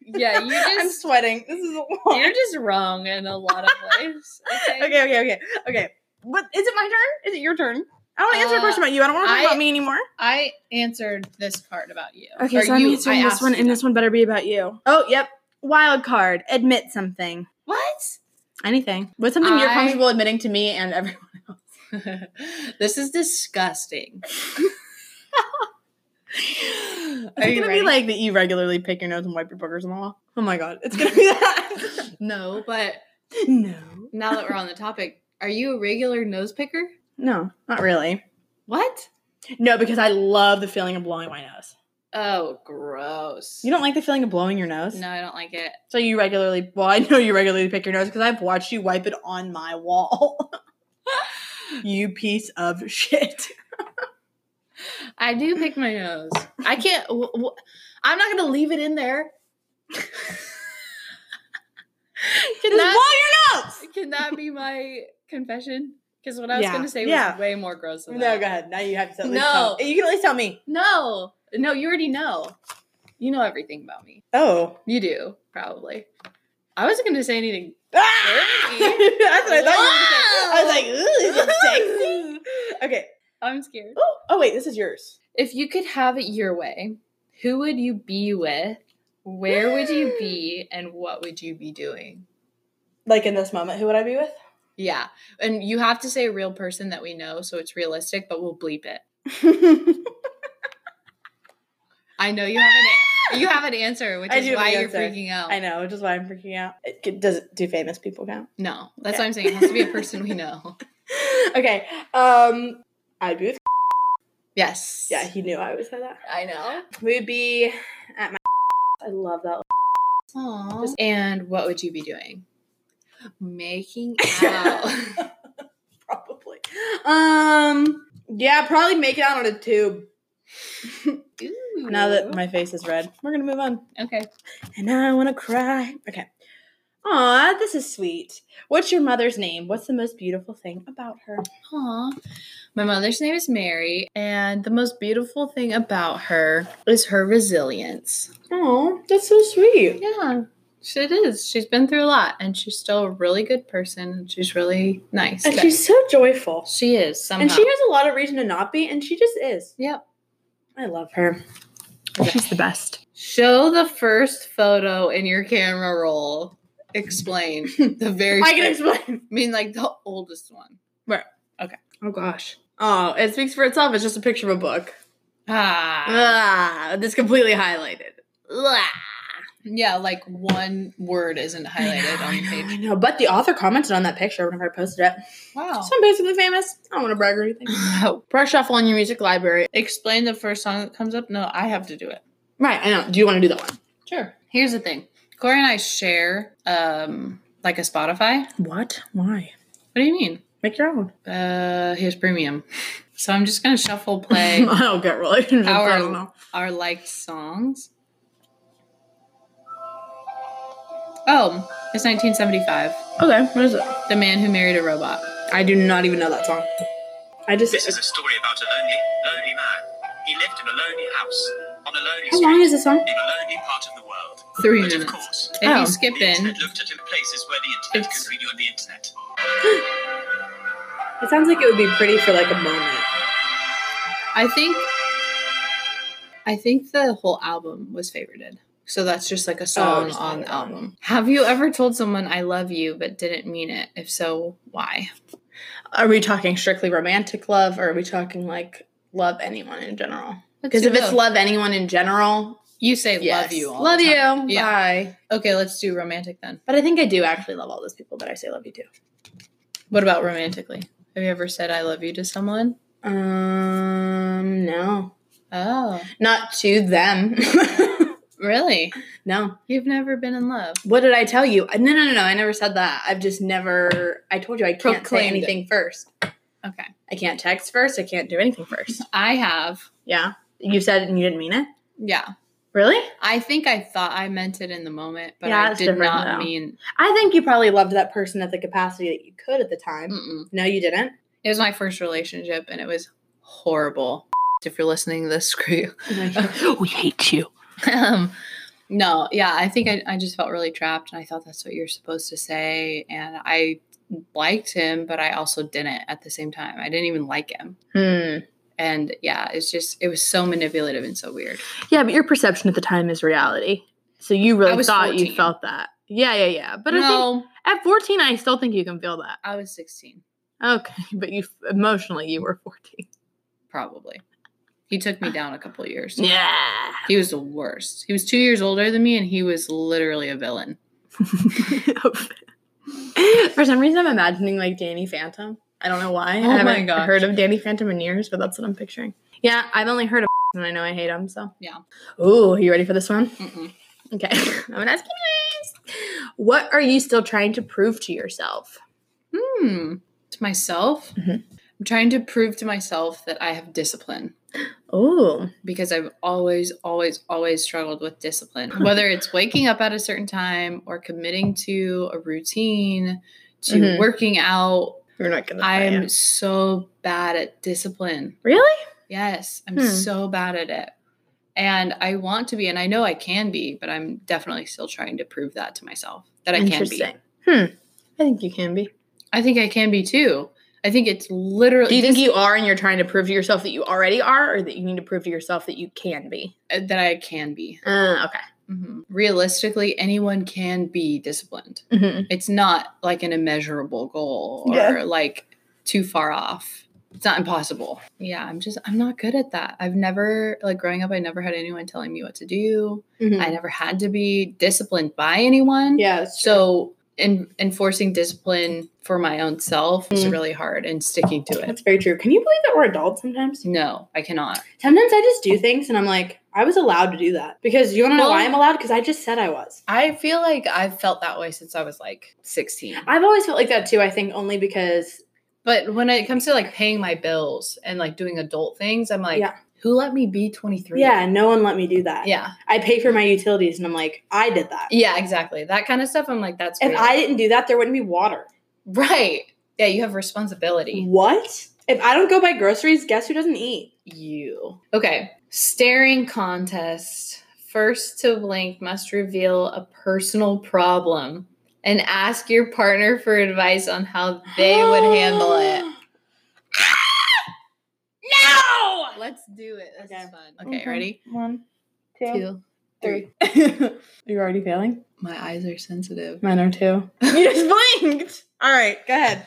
D: yeah, you
E: I'm
D: just
E: sweating. This is a lot.
D: you're just wrong in a lot of ways. Okay.
E: Okay, okay, okay, okay. But is it my turn? Is it your turn? I want to answer a
D: Uh,
E: question about you. I don't want to talk
D: I-
E: about me anymore.
D: I answered this part about you.
E: Okay,
D: Or
E: so I'm
D: you-
E: answering
D: I
E: this
D: asked
E: one,
D: you
E: and
D: that.
E: this one better be about you. Oh, yep. Wild card. Admit something.
D: What?
E: Anything. What's something you're
D: I-
E: comfortable admitting to me and everyone?
D: this is disgusting.
E: Is it gonna be like that you regularly pick your nose and wipe your boogers on the wall? Oh my god, it's gonna be that.
D: no? But
E: no.
D: now that we're on the topic, are you a regular nose picker?
E: No, not really.
D: What?
E: No, because I love the feeling of blowing my nose.
D: Oh, gross.
E: You don't like the feeling of blowing your nose?
D: No, I don't like it.
E: So you regularly, well, I know you regularly pick your nose because I've watched you wipe it on my wall. you piece of shit.
D: I do pick my nose. I can't. W- w- I'm not gonna leave it in there. can
E: Just
D: that
E: blow your nose!
D: can that be my confession? Because what I was
E: Yeah.
D: gonna say was
E: Yeah.
D: way more gross than
E: No,
D: that.
E: go ahead. Now you have to. At least
D: No.
E: tell- you can at least tell me.
D: No, no, you already know. You know everything about me.
E: Oh,
D: You do probably. I wasn't gonna say anything.
E: Ah! that's what I thought. You were gonna say. I was like, ooh, is it sexy? Okay.
D: I'm scared.
E: Oh, oh wait, this is yours.
D: If you could have it your way, who would you be with? Where would you be, and what would you be doing?
E: Like in this moment, who would I be with?
D: Yeah. And you have to say a real person that we know so it's realistic, but we'll bleep it. I know you have an a- you have an answer, which
E: I
D: is
E: do have
D: why
E: an
D: you're
E: answer.
D: freaking out.
E: I know, which is why I'm freaking out. It, it- does do famous people count?
D: No, that's what I'm saying. It has to be a person we know.
E: okay. Um, I'd be with.
D: Yes.
E: Yeah, he knew I would say that.
D: I know.
E: We'd be at my. I love that.
D: Aww. And what would you be doing? Making out.
E: Wow. probably. Um. Yeah, probably make it out on a tube.
D: Ooh.
E: Now that my face is red, we're gonna move on.
D: Okay.
E: And I want to cry. Okay. Aw, this is sweet. What's your mother's name? What's the most beautiful thing about her?
D: Aw. My mother's name is Mary, and the most beautiful thing about her is her resilience.
E: Oh, that's so sweet.
D: Yeah, she it is. She's been through a lot, and she's still a really good person. And she's really nice.
E: And she's so joyful.
D: she is somehow.
E: And she has a lot of reason to not be, and she just is.
D: Yep.
E: I love her.
A: She's the best.
D: Show the first photo in your camera roll. Explain the very.
E: I can
D: first-
E: explain.
D: I mean, like the oldest one.
E: Oh gosh. Oh, it speaks for itself. It's just a picture of a book.
D: Ah.
E: Ah, that's completely highlighted. Ah.
D: Yeah, like one word isn't highlighted on the
E: I
D: page.
E: know, but the author commented on that picture whenever I posted it.
D: Wow.
E: So I'm basically famous. I don't want to brag or anything. Oh. Brush off on your music library.
D: Explain the first song that comes up. No, I have to do it.
E: Right, I know. Do you want to do that one?
D: Sure. Here's the thing. Corey and I share um like a Spotify.
E: What? Why?
D: What do you mean?
E: Make your own.
D: Uh here's premium. So I'm just gonna shuffle play
E: I don't get relationships. I
D: Our-
E: don't know.
D: our liked songs. Oh, it's 1975.
E: Okay, what is it?
D: The man who married a robot.
E: I do not even know that song. I just.
F: This is a story about a lonely, lonely man. He lived in a lonely house, on a lonely
E: How long
F: street,
E: is this song?
F: in a lonely part of the world.
D: Three
F: But of
D: minutes.
F: course,
D: If
E: Oh.
D: you
F: the
D: skip in,
F: internet looked at him places where the internet
D: It's-
F: could read you on the internet.
E: It sounds like it would be pretty for like a moment.
D: I think I think the whole album was favorited. So that's just like a song
E: just
D: on
E: like
D: the
E: that.
D: album. Have you ever told someone I love you but didn't mean it? If so, why?
E: Are we talking strictly romantic love, or are we talking like love anyone in general? Because if it's love anyone in general,
D: you say
E: yes.
D: love you, all
E: love
D: the time.
E: you.
D: Yeah.
E: Bye.
D: Okay, let's do romantic then.
E: But I think I do actually love all those people that I say love you to.
D: What about romantically? Have you ever said I love you to someone?
E: Um, no,
D: Oh,
E: not to them.
D: really?
E: no.
D: You've never been in love.
E: What did I tell you? No, no, no, no. I never said that. I've just never. I told you I can't say
D: Proclaimed it.
E: anything first.
D: Okay.
E: I can't text first. I can't do anything first.
D: I have.
E: Yeah, you said it and you didn't mean it.
D: Yeah.
E: Really?
D: I think I thought I meant it in the moment, but
E: Yeah,
D: I
E: that's
D: did
E: different,
D: not
E: though.
D: mean.
E: I think you probably loved that person at the capacity that you could at the time.
D: Mm-mm.
E: No, you didn't.
D: It was my first relationship and it was horrible. If you're listening to this, screw you.
E: Oh
A: we hate you.
D: Um, no, yeah, I think I, I just felt really trapped and I thought that's what you're supposed to say. And I liked him, but I also didn't at the same time. I didn't even like him.
E: Hmm.
D: And yeah, it's just, it was so manipulative and so weird.
E: Yeah, but your perception at the time is reality. So you
D: I
E: really
D: was
E: thought you
D: 14.
E: felt that. Yeah, yeah, yeah. But I think
D: no,
E: at 14, I still think you can feel that.
D: I was 16,
E: Okay, but you emotionally you were 14.
D: probably. He took me down a couple years.
E: Ah. Yeah.
D: He was the worst. He was two years older than me and he was literally a villain.
E: For some reason, I'm imagining like Danny Phantom. I don't know why.
D: Oh
E: I
D: my
E: haven't
D: gosh.
E: heard of Danny Phantom in years, but that's what I'm picturing. Yeah, I've only heard of and I know I hate him, so.
D: Yeah.
E: Ooh, you ready for this one?
D: Mm-mm.
E: Okay. I'm gonna ask you anyways. What are you still trying to prove to yourself?
D: Hmm. To myself,
E: Mhm.
D: I'm trying to prove to myself that I have discipline
E: Oh,
D: because I've always, always, always struggled with discipline, whether it's waking up at a certain time or committing to a routine, to
E: Mhm.
D: working out.
E: you're not gonna.
D: I
E: say
D: am
E: it.
D: so bad at discipline.
E: really.
D: Yes, I'm
E: Hmm.
D: so bad at it. And I want to be, and I know I can be, but I'm definitely still trying to prove that to myself that I can be.
E: Interesting. Hmm. I think you can be.
D: I think I can be too. I think it's literally.
E: Do you
D: this-
E: think you are, and you're trying to prove to yourself that you already are, or that you need to prove to yourself that you can be?
D: that I can be.
E: Uh, okay.
D: Mhm. Realistically, anyone can be disciplined.
A: Mhm.
D: It's not like an immeasurable goal or
A: Yeah.
D: like too far off. It's not impossible. Yeah, I'm just, I'm not good at that. I've never, like growing up, I never had anyone telling me what to do.
E: Mhm.
D: I never had to be disciplined by anyone.
E: yeah. it's-
D: So, in, enforcing discipline for my own self is
E: Mm.
D: really hard and sticking to it.
E: That's very true. Can you believe that we're adults sometimes?
D: No, I cannot.
E: Sometimes I just do things and I'm like, I was allowed to do that. Because you want to know why I'm allowed? Because I just said I was.
D: I feel like I've felt that way since I was like 16.
E: I've always felt like that too, I think, only because
D: But when it comes to like paying my bills and like doing adult things, I'm like,
E: Yeah.
D: who let me be 23?
E: yeah, no one let me do that.
D: Yeah.
E: I pay for my utilities and I'm like, I did that.
D: Yeah, exactly. That kind of stuff. I'm like, that's
E: If
D: weird.
E: I didn't do that, there wouldn't be water.
D: right. Yeah, you have
E: Mm.
D: responsibility.
E: What? If I don't go buy groceries, guess who doesn't eat?
D: You. Okay. Staring contest. First to blink must reveal a personal problem and ask your partner for advice on how they would handle it.
E: No!
D: Let's do it. This
E: Okay.
D: is fun. Okay, ready?
E: One,
D: Two.
E: three. You're already failing?
D: My eyes are sensitive.
E: Mine are two. You just blinked. All right, go ahead.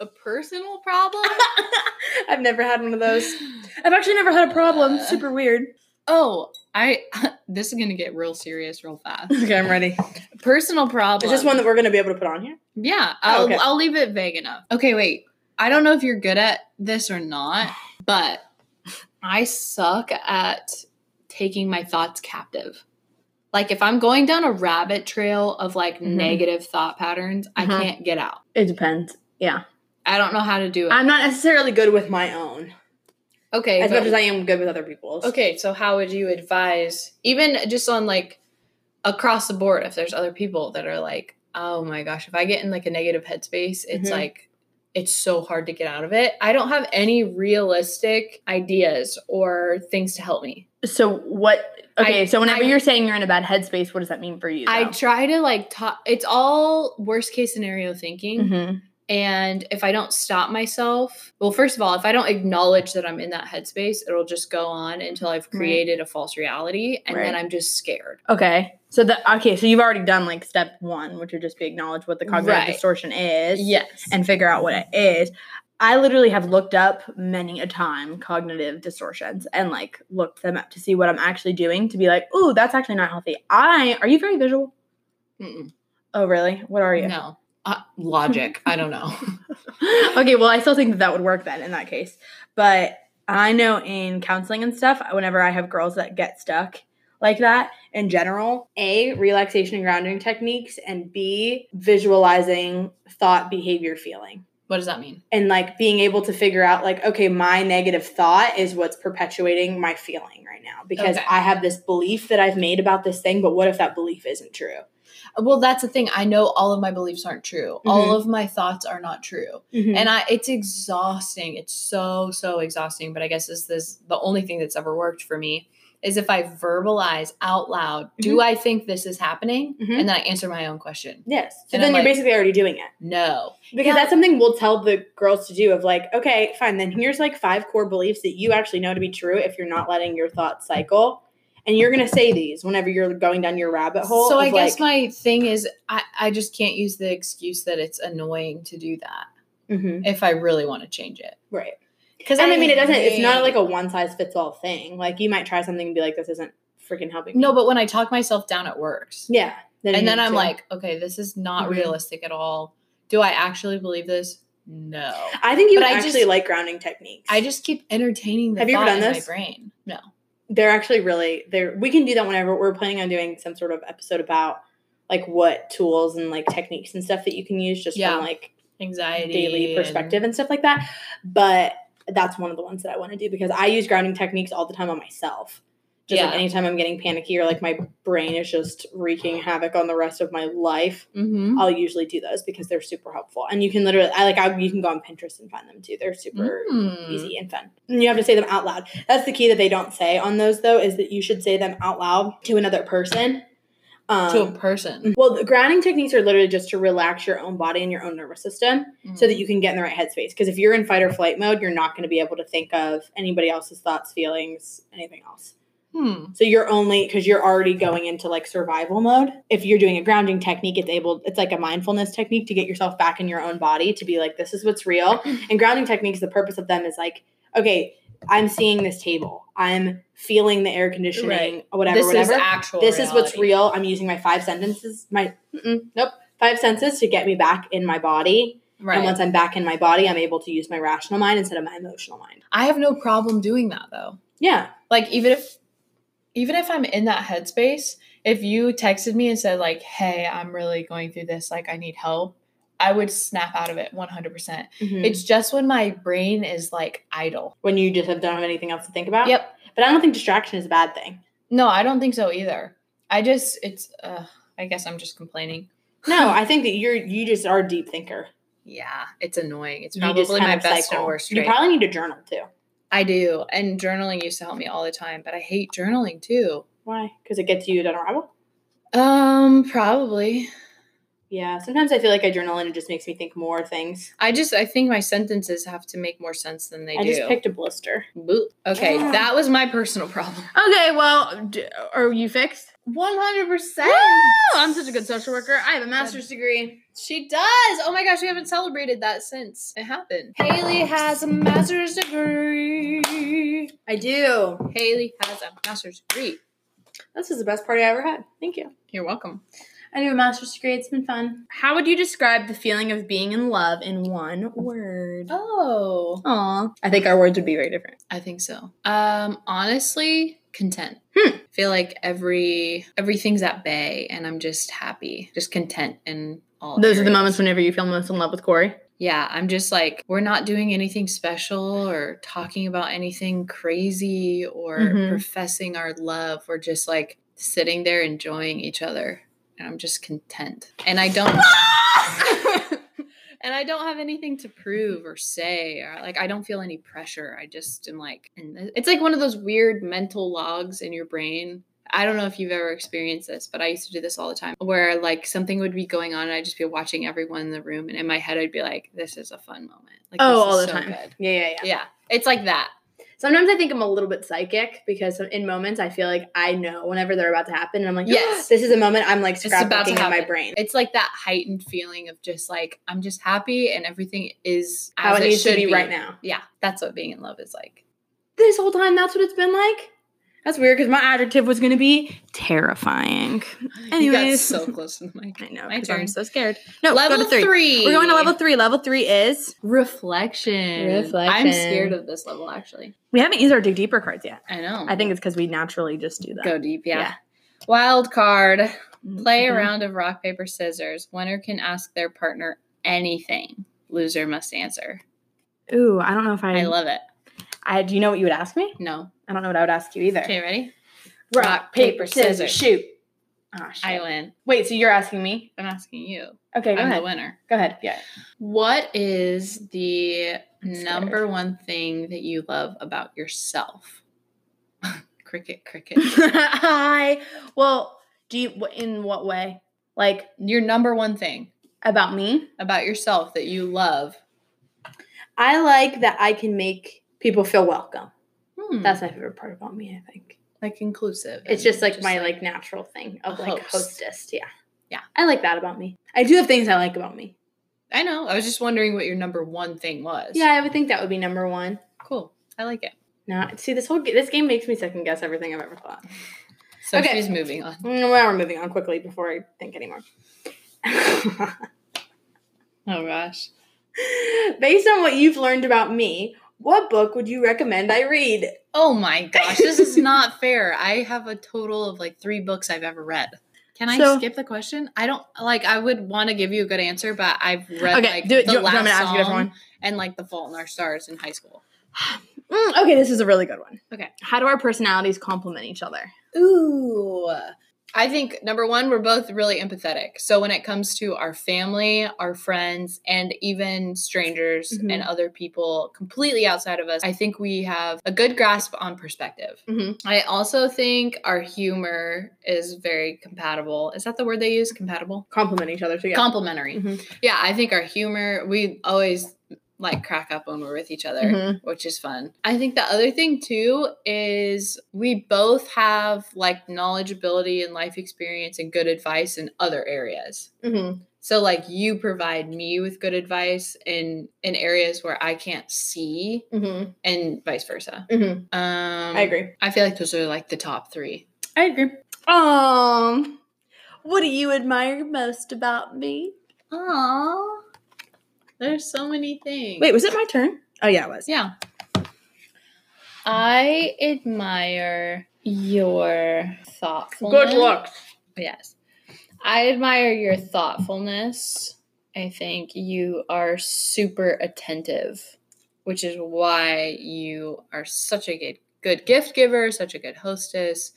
D: A personal problem?
E: I've never had one of those. I've actually never had a problem. Super weird.
D: Oh, I this is gonna get real serious real fast.
E: Okay, I'm ready.
D: Personal
E: Is
D: problem.
E: this one that we're going to be able to put on here?
D: Yeah, I'll
E: okay.
D: I'll leave it vague enough. Okay, wait. I don't know if you're good at this or not, but I suck at taking my thoughts captive. Like if I'm going down a rabbit trail of like
E: Mm-hmm.
A: Mhm.
D: negative thought patterns,
A: Mhm.
D: I can't get out.
A: It depends. Yeah.
D: I don't know how to do it.
E: I'm not necessarily good with my own,
D: okay,
E: as
D: but-
E: much as I am good with other people's.
D: Okay, so how would you advise, even just on like across the board, if there's other people that are like, oh my gosh, if I get in like a negative headspace, it's
A: Mm-hmm.
E: Mhm.
D: like, it's so hard to get out of it. I don't have any realistic ideas or things to help me.
A: So what? Okay.
D: I-
A: so whenever
D: I-
A: you're saying you're in a bad headspace, what does that mean for you?
D: I try to like talk, it's all worst case scenario thinking.
A: hmm
D: And if I don't stop myself, well, first of all, if I don't acknowledge that I'm in that headspace, it'll just go on until I've
A: Right.
D: created a false reality and then
A: Right.
D: I'm just scared.
A: Okay. So the okay. So you've already done like step one, which would just be acknowledge what the cognitive
D: Right.
A: distortion is.
D: Yes.
A: and figure out what it is. I literally have looked up many a time cognitive distortions and like looked them up to see what I'm actually doing to be like, ooh, that's actually not healthy. I are you very visual?
D: Mm-mm.
A: Oh, really? What are you?
D: No. Uh, logic. I don't know.
A: okay, well, I still think that that would work then in that case. But I know in counseling and stuff, whenever I have girls that get stuck like that in general,
E: A, relaxation and grounding techniques, and B, visualizing thought, behavior, feeling.
D: What does that mean?
E: And like being able to figure out, like, okay, my negative thought is what's perpetuating my feeling right now because
D: Okay.
E: I have this belief that I've made about this thing, but what if that belief isn't true?
D: Uh, Well, that's the thing. I know all of my beliefs aren't true.
E: Mm-hmm.
D: All of my thoughts are not true. And I it's exhausting. It's so so exhausting, but I guess this this the only thing that's ever worked for me is if I verbalize out loud,
E: Mm-hmm.
D: do I think this is happening?
E: Mhm.
D: And then I answer my own question.
E: Yes. So
D: And
E: then
D: I'm
E: you're
D: like-
E: basically already doing it.
D: No.
E: Because that's something we'll tell the girls to do of like, okay, fine, then here's like five core beliefs that you actually know to be true if you're not letting your thoughts cycle. And you're gonna say these whenever you're going down your rabbit hole.
D: So I
E: of,
D: guess
E: like,
D: my thing is I, I just can't use the excuse that it's annoying to do that
E: Mhm,
D: if I really want to change it.
E: right.
D: Because
E: And I mean it doesn't it's not like a one size fits all thing. Like you might try something and be like, this isn't freaking helping me.
D: No, but when I talk myself down, it works.
E: Yeah.
D: And then
E: you
D: I'm
E: too.
D: like, okay, this is not
E: Mhm.
D: realistic at all. Do I actually believe this? No.
E: I think you
D: but I
E: actually
D: just-
E: like grounding techniques.
D: I just keep entertaining the
E: Have you ever
D: thought
E: done
D: in
E: this?
D: my brain. No.
E: they're actually really they're we can do that whenever we're planning on doing some sort of episode about like what tools and like techniques and stuff that you can use just
D: Yeah.
E: from like
D: Anxiety.
E: daily
D: and-
E: perspective and stuff like that. But that's one of the ones that I want to do because I use grounding techniques all the time on myself. Just like
D: Yeah.
E: anytime I'm getting panicky or like my brain is just wreaking havoc on the rest of my life,
D: Mhm.
E: I'll usually do those because they're super helpful. And you can literally, I like, I, you can go on Pinterest and find them too. They're super
D: Mm.
E: easy and fun. And you have to say them out loud. That's the key that they don't say on those though is that you should say them out loud to another person. Um,
D: to a person.
E: well, the grounding techniques are literally just to relax your own body and your own nervous system so that you can get in the right headspace. Because if you're in fight or flight mode, you're not going to be able to think of anybody else's thoughts, feelings, anything else.
D: Mm-hmm.
B: Hmm.
E: So you're only because you're already going into like survival mode. If you're doing a grounding technique, it's able it's like a mindfulness technique to get yourself back in your own body to be like, this is what's real. And grounding techniques, the purpose of them is like, okay, I'm seeing this table. I'm feeling the air conditioning,
B: Right.
E: whatever,
D: this
E: whatever.
D: is actual.
E: this is what's
D: reality.
E: real. I'm using my five sentences, my mm-mm, nope, five senses to get me back in my body.
D: Right.
E: And once I'm back in my body, I'm able to use my rational mind instead of my emotional mind.
D: I have no problem doing that though.
E: Yeah.
D: Like even if even if I'm in that headspace, if you texted me and said like, "Hey, I'm really going through this. Like, I need help." I would snap out of it 100%. percent
E: Mhm.
D: It's just when my brain is like idle.
E: when you just have don't have anything else to think about.
D: Yep.
E: But I don't think distraction is a bad thing.
D: No, I don't think so either. I just it's uh I guess I'm just complaining.
E: No, I think that you're you just are a deep thinker.
D: Yeah, it's annoying. It's
E: You just
D: probably
E: kind
D: my
E: of
D: best
E: cycle.
D: and worst
E: You
D: trait.
E: probably need to journal too.
D: I do. And journaling used to help me all the time, but I hate journaling too.
E: Why? Because it gets you to unravel.
D: Um, probably.
E: Yeah. Sometimes I feel like I journal and it just makes me think more things.
D: I just I think my sentences have to make more sense than they
E: I
D: do.
E: just picked a blister.
D: Boop. Okay, that was my personal problem.
A: Okay, well, Oh, d- are you fixed?
D: One hundred percent.
A: Oh, I'm such a good social worker. I have a master's degree.
D: She does. Oh my gosh, we haven't celebrated that since it happened. Haley has a master's degree.
E: I do.
D: Haley has a master's degree.
E: This is the best party I ever had. Thank you.
D: You're welcome.
E: I do a master's degree. It's been fun.
A: How would you describe the feeling of being in love in one word?
D: Oh,
A: Aw. I think our words would be very different.
D: I think so. Um, honestly, content.
A: Hmm.
D: Feel like every everything's at bay, and I'm just happy, just content, and all.
A: Those are the
D: areas.
A: moments whenever you feel most in love with Corey.
D: Yeah, I'm just like, we're not doing anything special or talking about anything crazy or
A: Mhm.
D: professing our love. We're just like sitting there enjoying each other. And I'm just content. And I don't and I don't have anything to prove or say. Or like I don't feel any pressure. I just am like and th- it's like one of those weird mental logs in your brain. I don't know if you've ever experienced this, but I used to do this all the time where like something would be going on and I'd just be watching everyone in the room and in my head I'd be like, This is a fun moment. Like
A: Oh,
D: this is
A: all the
D: so
A: time.
D: good.
E: Yeah, yeah, yeah.
D: Yeah. It's like that.
E: Sometimes I think I'm a little bit psychic because in moments I feel like I know whenever they're about to happen, and I'm like,
D: Yes.
E: this is a moment I'm like
D: about to
E: scrapbooking in my
D: happen.
E: brain.
D: It's like that heightened feeling of just like I'm just happy and everything is
E: How
D: as
E: it needs to
D: should
E: be right now.
D: Yeah, that's what being in love is like.
E: This whole time, that's what it's been like.
A: That's weird because my adjective was going to be terrifying.
D: You got
A: Anyways.
D: so close to the mic.
A: I know.
D: My
A: 'cause I'm
D: turn.
A: so scared. No,
D: level
A: go to 3
D: three.
A: We're going to level three. Level three is
D: reflection.
A: Reflection.
D: I'm scared of this level actually.
A: we haven't used our dig deeper cards yet.
D: I know.
A: I think it's because we naturally just do that.
D: go deep. Yeah. Mm-hmm.
A: Yeah.
D: Wild card. Play a
A: Mhm.
D: round of rock paper scissors. Winner can ask their partner anything. Loser must answer.
A: Ooh, I don't know if I.
D: I love it.
A: I do you know what you would ask me?
D: No.
A: I don't know what I would ask you either.
D: Okay, ready?
A: Rock, paper, scissors,
E: shoot.
A: Ah, shit.
D: I win.
A: Wait, so you're asking me?
D: I'm asking you.
A: Okay, go
D: I'm
A: ahead.
D: the winner.
A: Go ahead. Yeah.
D: What is the
A: scared.
D: number one thing that you love about yourself? cricket, cricket.
A: Hi. Well, do you wh- in what way? Like
D: Your number one thing
A: about me?
D: about yourself that you love.
E: I like that I can make people feel welcome.
D: Hmm.
E: That's my favorite part about me. I think
D: like inclusive.
E: it's
D: and
E: just like my like natural thing of
D: a
E: like
D: host.
E: hostess. Yeah,
D: Yeah.
E: I like that about me. I do have things I like about me.
D: I know. I was just wondering what your number one thing was.
E: Yeah, I would think that would be number one.
D: Cool. I like it.
E: Now, see this whole g- this game makes me second guess everything I've ever thought.
D: So
E: Okay.
D: she's moving on.
E: Mm, Well, we're moving on quickly before I think anymore.
D: Oh gosh.
E: Based on what you've learned about me, what book would you recommend I read?
D: Oh my gosh. This is not fair. I have a total of like three books I've ever read. Can I
A: So-
D: skip the question? I don't like. I would want to give you a good answer, but I've read
A: okay,
D: like
A: do it.
D: the
A: Do, you want
D: last
A: me to ask
D: song
A: you a different one?
D: and like the Fault in Our Stars in high school.
A: Mm, okay, this is a really good one.
D: Okay.
A: How do our personalities complement each other?
D: Ooh. I think number one, we're both really empathetic. So when it comes to our family, our friends, and even strangers
A: Mhm.
D: and other people completely outside of us, I think we have a good grasp on perspective.
E: Mm-hmm.
A: Mhm.
D: I also think our humor is very compatible. Is that the word they use? Compatible?
E: Compliment each other too. Yeah.
D: Complementary.
E: Mhm.
D: Yeah, I think our humor, we always like crack up when we're with each other,
A: Mhm.
D: which is fun. I think the other thing too is we both have like knowledgeability and life experience and good advice in other areas.
E: Mhm.
D: So like you provide me with good advice in in areas where I can't see
E: Mhm.
D: and vice versa.
E: Mhm.
D: Um I
E: I agree.
D: I feel like those are like the top 3.
E: I agree. Um, what do you admire most about me?
D: Aww. There's so many things.
E: Wait, was it my turn? Oh yeah, it was.
D: Yeah. I admire your thoughtfulness. Yes. I admire your thoughtfulness. I think you are super attentive, which is why you are such a good, good gift giver, such a good hostess,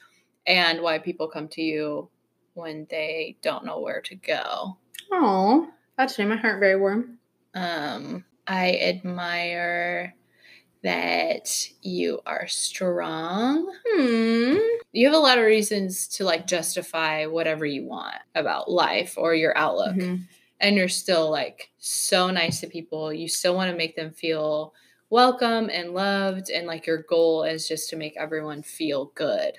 D: and why people come to you when they don't know where to go.
E: Oh, that's made my heart very warm.
D: Um, I admire that you are strong.
E: Hmm.
D: You have a lot of reasons to like justify whatever you want about life or your outlook,
E: Mhm.
D: and you're still like so nice to people. You still want to make them feel welcome and loved, and like your goal is just to make everyone feel good.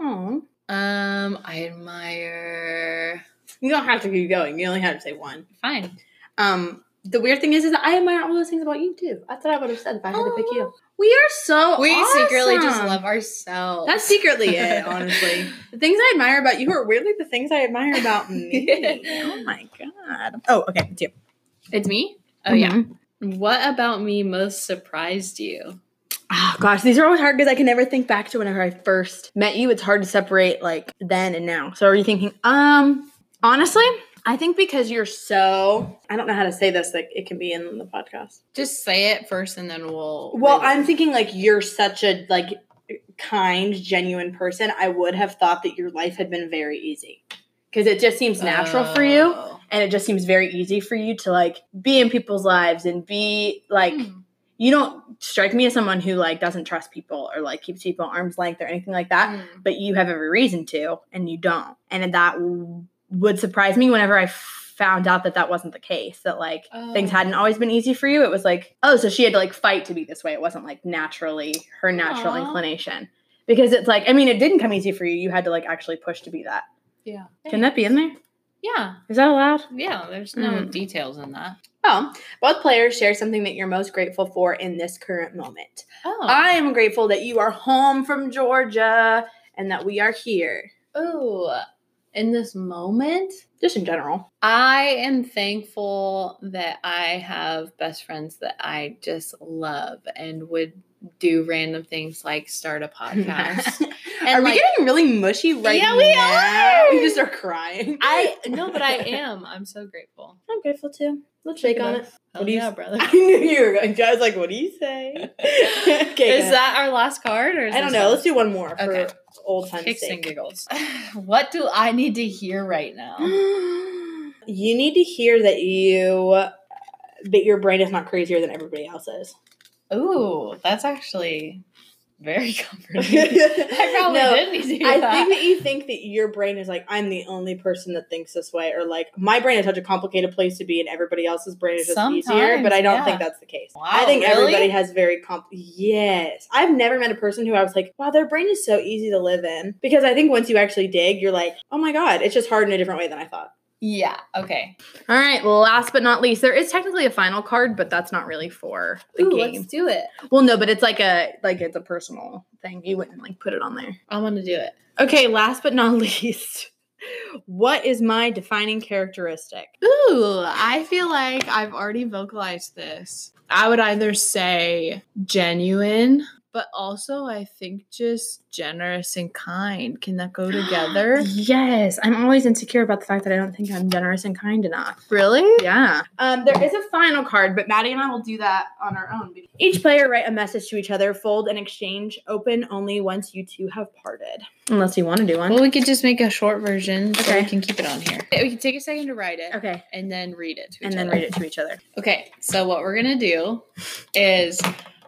E: Oh,
D: Um, I admire.
E: you don't have to keep going. You only have to say one.
D: Fine.
E: Um, the weird thing is, is I admire all those things about you too. That's what I would have said if I had to pick you. Oh, We are so
D: We secretly just
E: awesome.
D: love ourselves.
E: That's secretly it, honestly. The things I admire about you are weirdly the things I admire about me. oh my god. Oh, okay, it's you.
D: It's me? Oh, yeah. What about me most surprised you?
E: Oh gosh, these are always hard because I can never think back to whenever I first met you. It's hard to separate like then and now. So are you thinking, um, honestly, I think because you're so I don't know how to say this, like it can be in the podcast.
D: Just say it first and then we'll.
E: Well,
D: read it.
E: I'm thinking like you're such a like kind, genuine person. I would have thought that your life had been very easy. Cause it just seems natural for you.
D: Oh.
E: and it just seems very easy for you to like be in people's lives and be like
D: Hmm.
E: you don't strike me as someone who like doesn't trust people or like keeps people at arm's length or anything like that
D: Hmm.
E: but you have every reason to and you don't and that w- would surprise me whenever i found out that that wasn't the case that like things
D: Oh.
E: hadn't always been easy for you it was like oh so she had to like fight to be this way it wasn't like naturally her natural
D: Aw.
E: inclination because it's like i mean it didn't come easy for you you had to like actually push to be that
D: Yeah.
E: can that be in there
D: Yeah.
E: is that allowed
D: Yeah. There's no
E: Mm.
D: details in that.
E: Oh, both players share something that you're most grateful for in this current moment.
D: Oh.
E: I am grateful that you are home from Georgia and that we are here.
D: oh. In this moment,
E: Just in general.
D: I am thankful that I have best friends that I just love and would do random things like start a podcast.
E: are
D: like-
E: we getting really mushy right
D: Yeah,
E: now?
D: we are.
E: We just are crying.
D: I no, but I am. I'm so grateful.
E: I'm grateful too. Let's shake on it.
D: Hell
E: What do you
D: yeah,
E: s-
D: brother?
E: I knew you were going. I was like, what do you say? Okay,
D: is
E: go ahead.
D: that our last card or is
E: I don't
D: this
E: know.
D: one?
E: Let's do one more for
D: Okay.
E: old time's
D: kicks and
E: sake.
D: giggles what do i need to hear right now
E: you need to hear that you that your brain is not crazier than everybody else's.
D: ooh that's actually very comforting i
E: I
D: probably
E: no,
D: did need to hear
E: I
D: that
E: think that you think that your brain is like, I'm the only person that thinks this way, or like, my brain is such a complicated place to be, and everybody else's brain is just easier.
D: Sometimes,
E: But I don't
D: yeah.
E: think that's the case.
D: Wow,
E: I think
D: really?
E: everybody has very comp. Yes, I've never met a person who I was like, wow, their brain is so easy to live in. Because I think once you actually dig, you're like, oh my god, it's just hard in a different way than I thought.
D: yeah okay
E: All right. Last but not least, there is technically a final card, but that's not really for the
D: do it
E: Well, no, but it's like a like it's a personal thing. You wouldn't like put it on there.
D: i want to do it
E: Okay, last but not least, what is my defining characteristic?
D: ooh i feel like i've already vocalized this i would either say genuine but also i think just generous and kind can that go together
E: Yes, I'm always insecure about the fact that I don't think I'm generous and kind enough.
D: really
E: Yeah. Um, there is a final card, but Maddie and I will do that on our own. Each player write a message to each other, fold and exchange, open only once you two have parted. Unless you want to do
D: well
E: one.
D: we could just make a short version so
E: Okay.
D: we can keep it on here we can take a second to write it
E: Okay.
D: and then read it to
E: And
D: each
E: then
D: other.
E: read it to each other.
D: Okay, so what we're gonna do is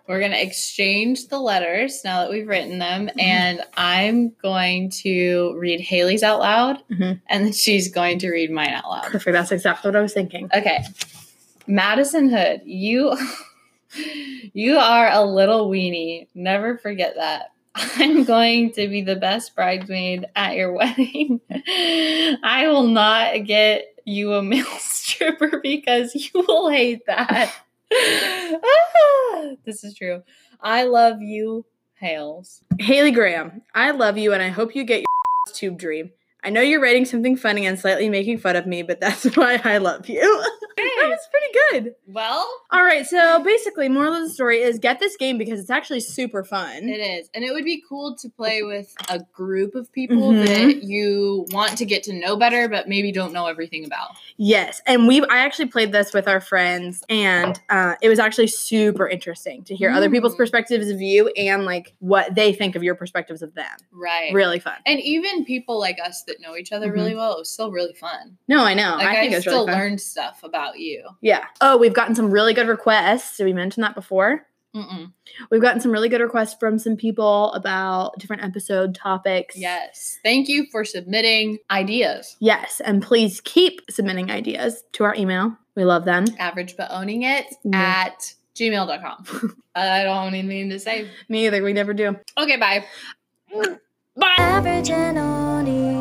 D: we're gonna exchange the letters now that we've written them, and I'm going to read Haley's out loud,
E: Mhm.
D: and then she's going to read mine out loud.
E: Perfect. That's exactly what I was thinking.
D: Okay, Madison Hood, you You are a little weenie. Never forget that. I'm going to be the best bridesmaid at your wedding. I will not get you a male stripper because you will hate that. Ah, this is true. I love you, Hales.
E: Haley Graham, I love you and I hope you get your tube dream. I know you're writing something funny and slightly making fun of me, but that's why I love you. that was pretty good.
D: Well,
E: All right, so basically, moral of the story is get this game because it's actually super fun.
D: It is. And it would be cool to play with a group of people
E: Mhm.
D: that you want to get to know better, but maybe don't know everything about.
E: Yes, and we I actually played this with our friends, and uh, it was actually super interesting to hear other people's
D: Mm.
E: perspectives of you and like what they think of your perspectives of them.
D: Right.
E: Really fun.
D: And even people like us that know each other really well, it was still really fun.
E: No, I know.
D: Like
E: Oh, I
D: I,
E: think it was
D: still
E: really fun.
D: learned stuff about you.
E: Yeah. Oh, we've gotten some really good requests. Did we mention that before?
D: Mm-mm.
E: We've gotten some really good requests from some people about different episode topics.
D: Yes. Thank you for submitting ideas.
E: Yes, and please keep submitting ideas to our email. We love them.
D: Average but owning it
E: Yeah.
D: at gmail.com. I don't have anything to say.
E: Me either. We never do.
D: Okay, bye.
C: Average and owning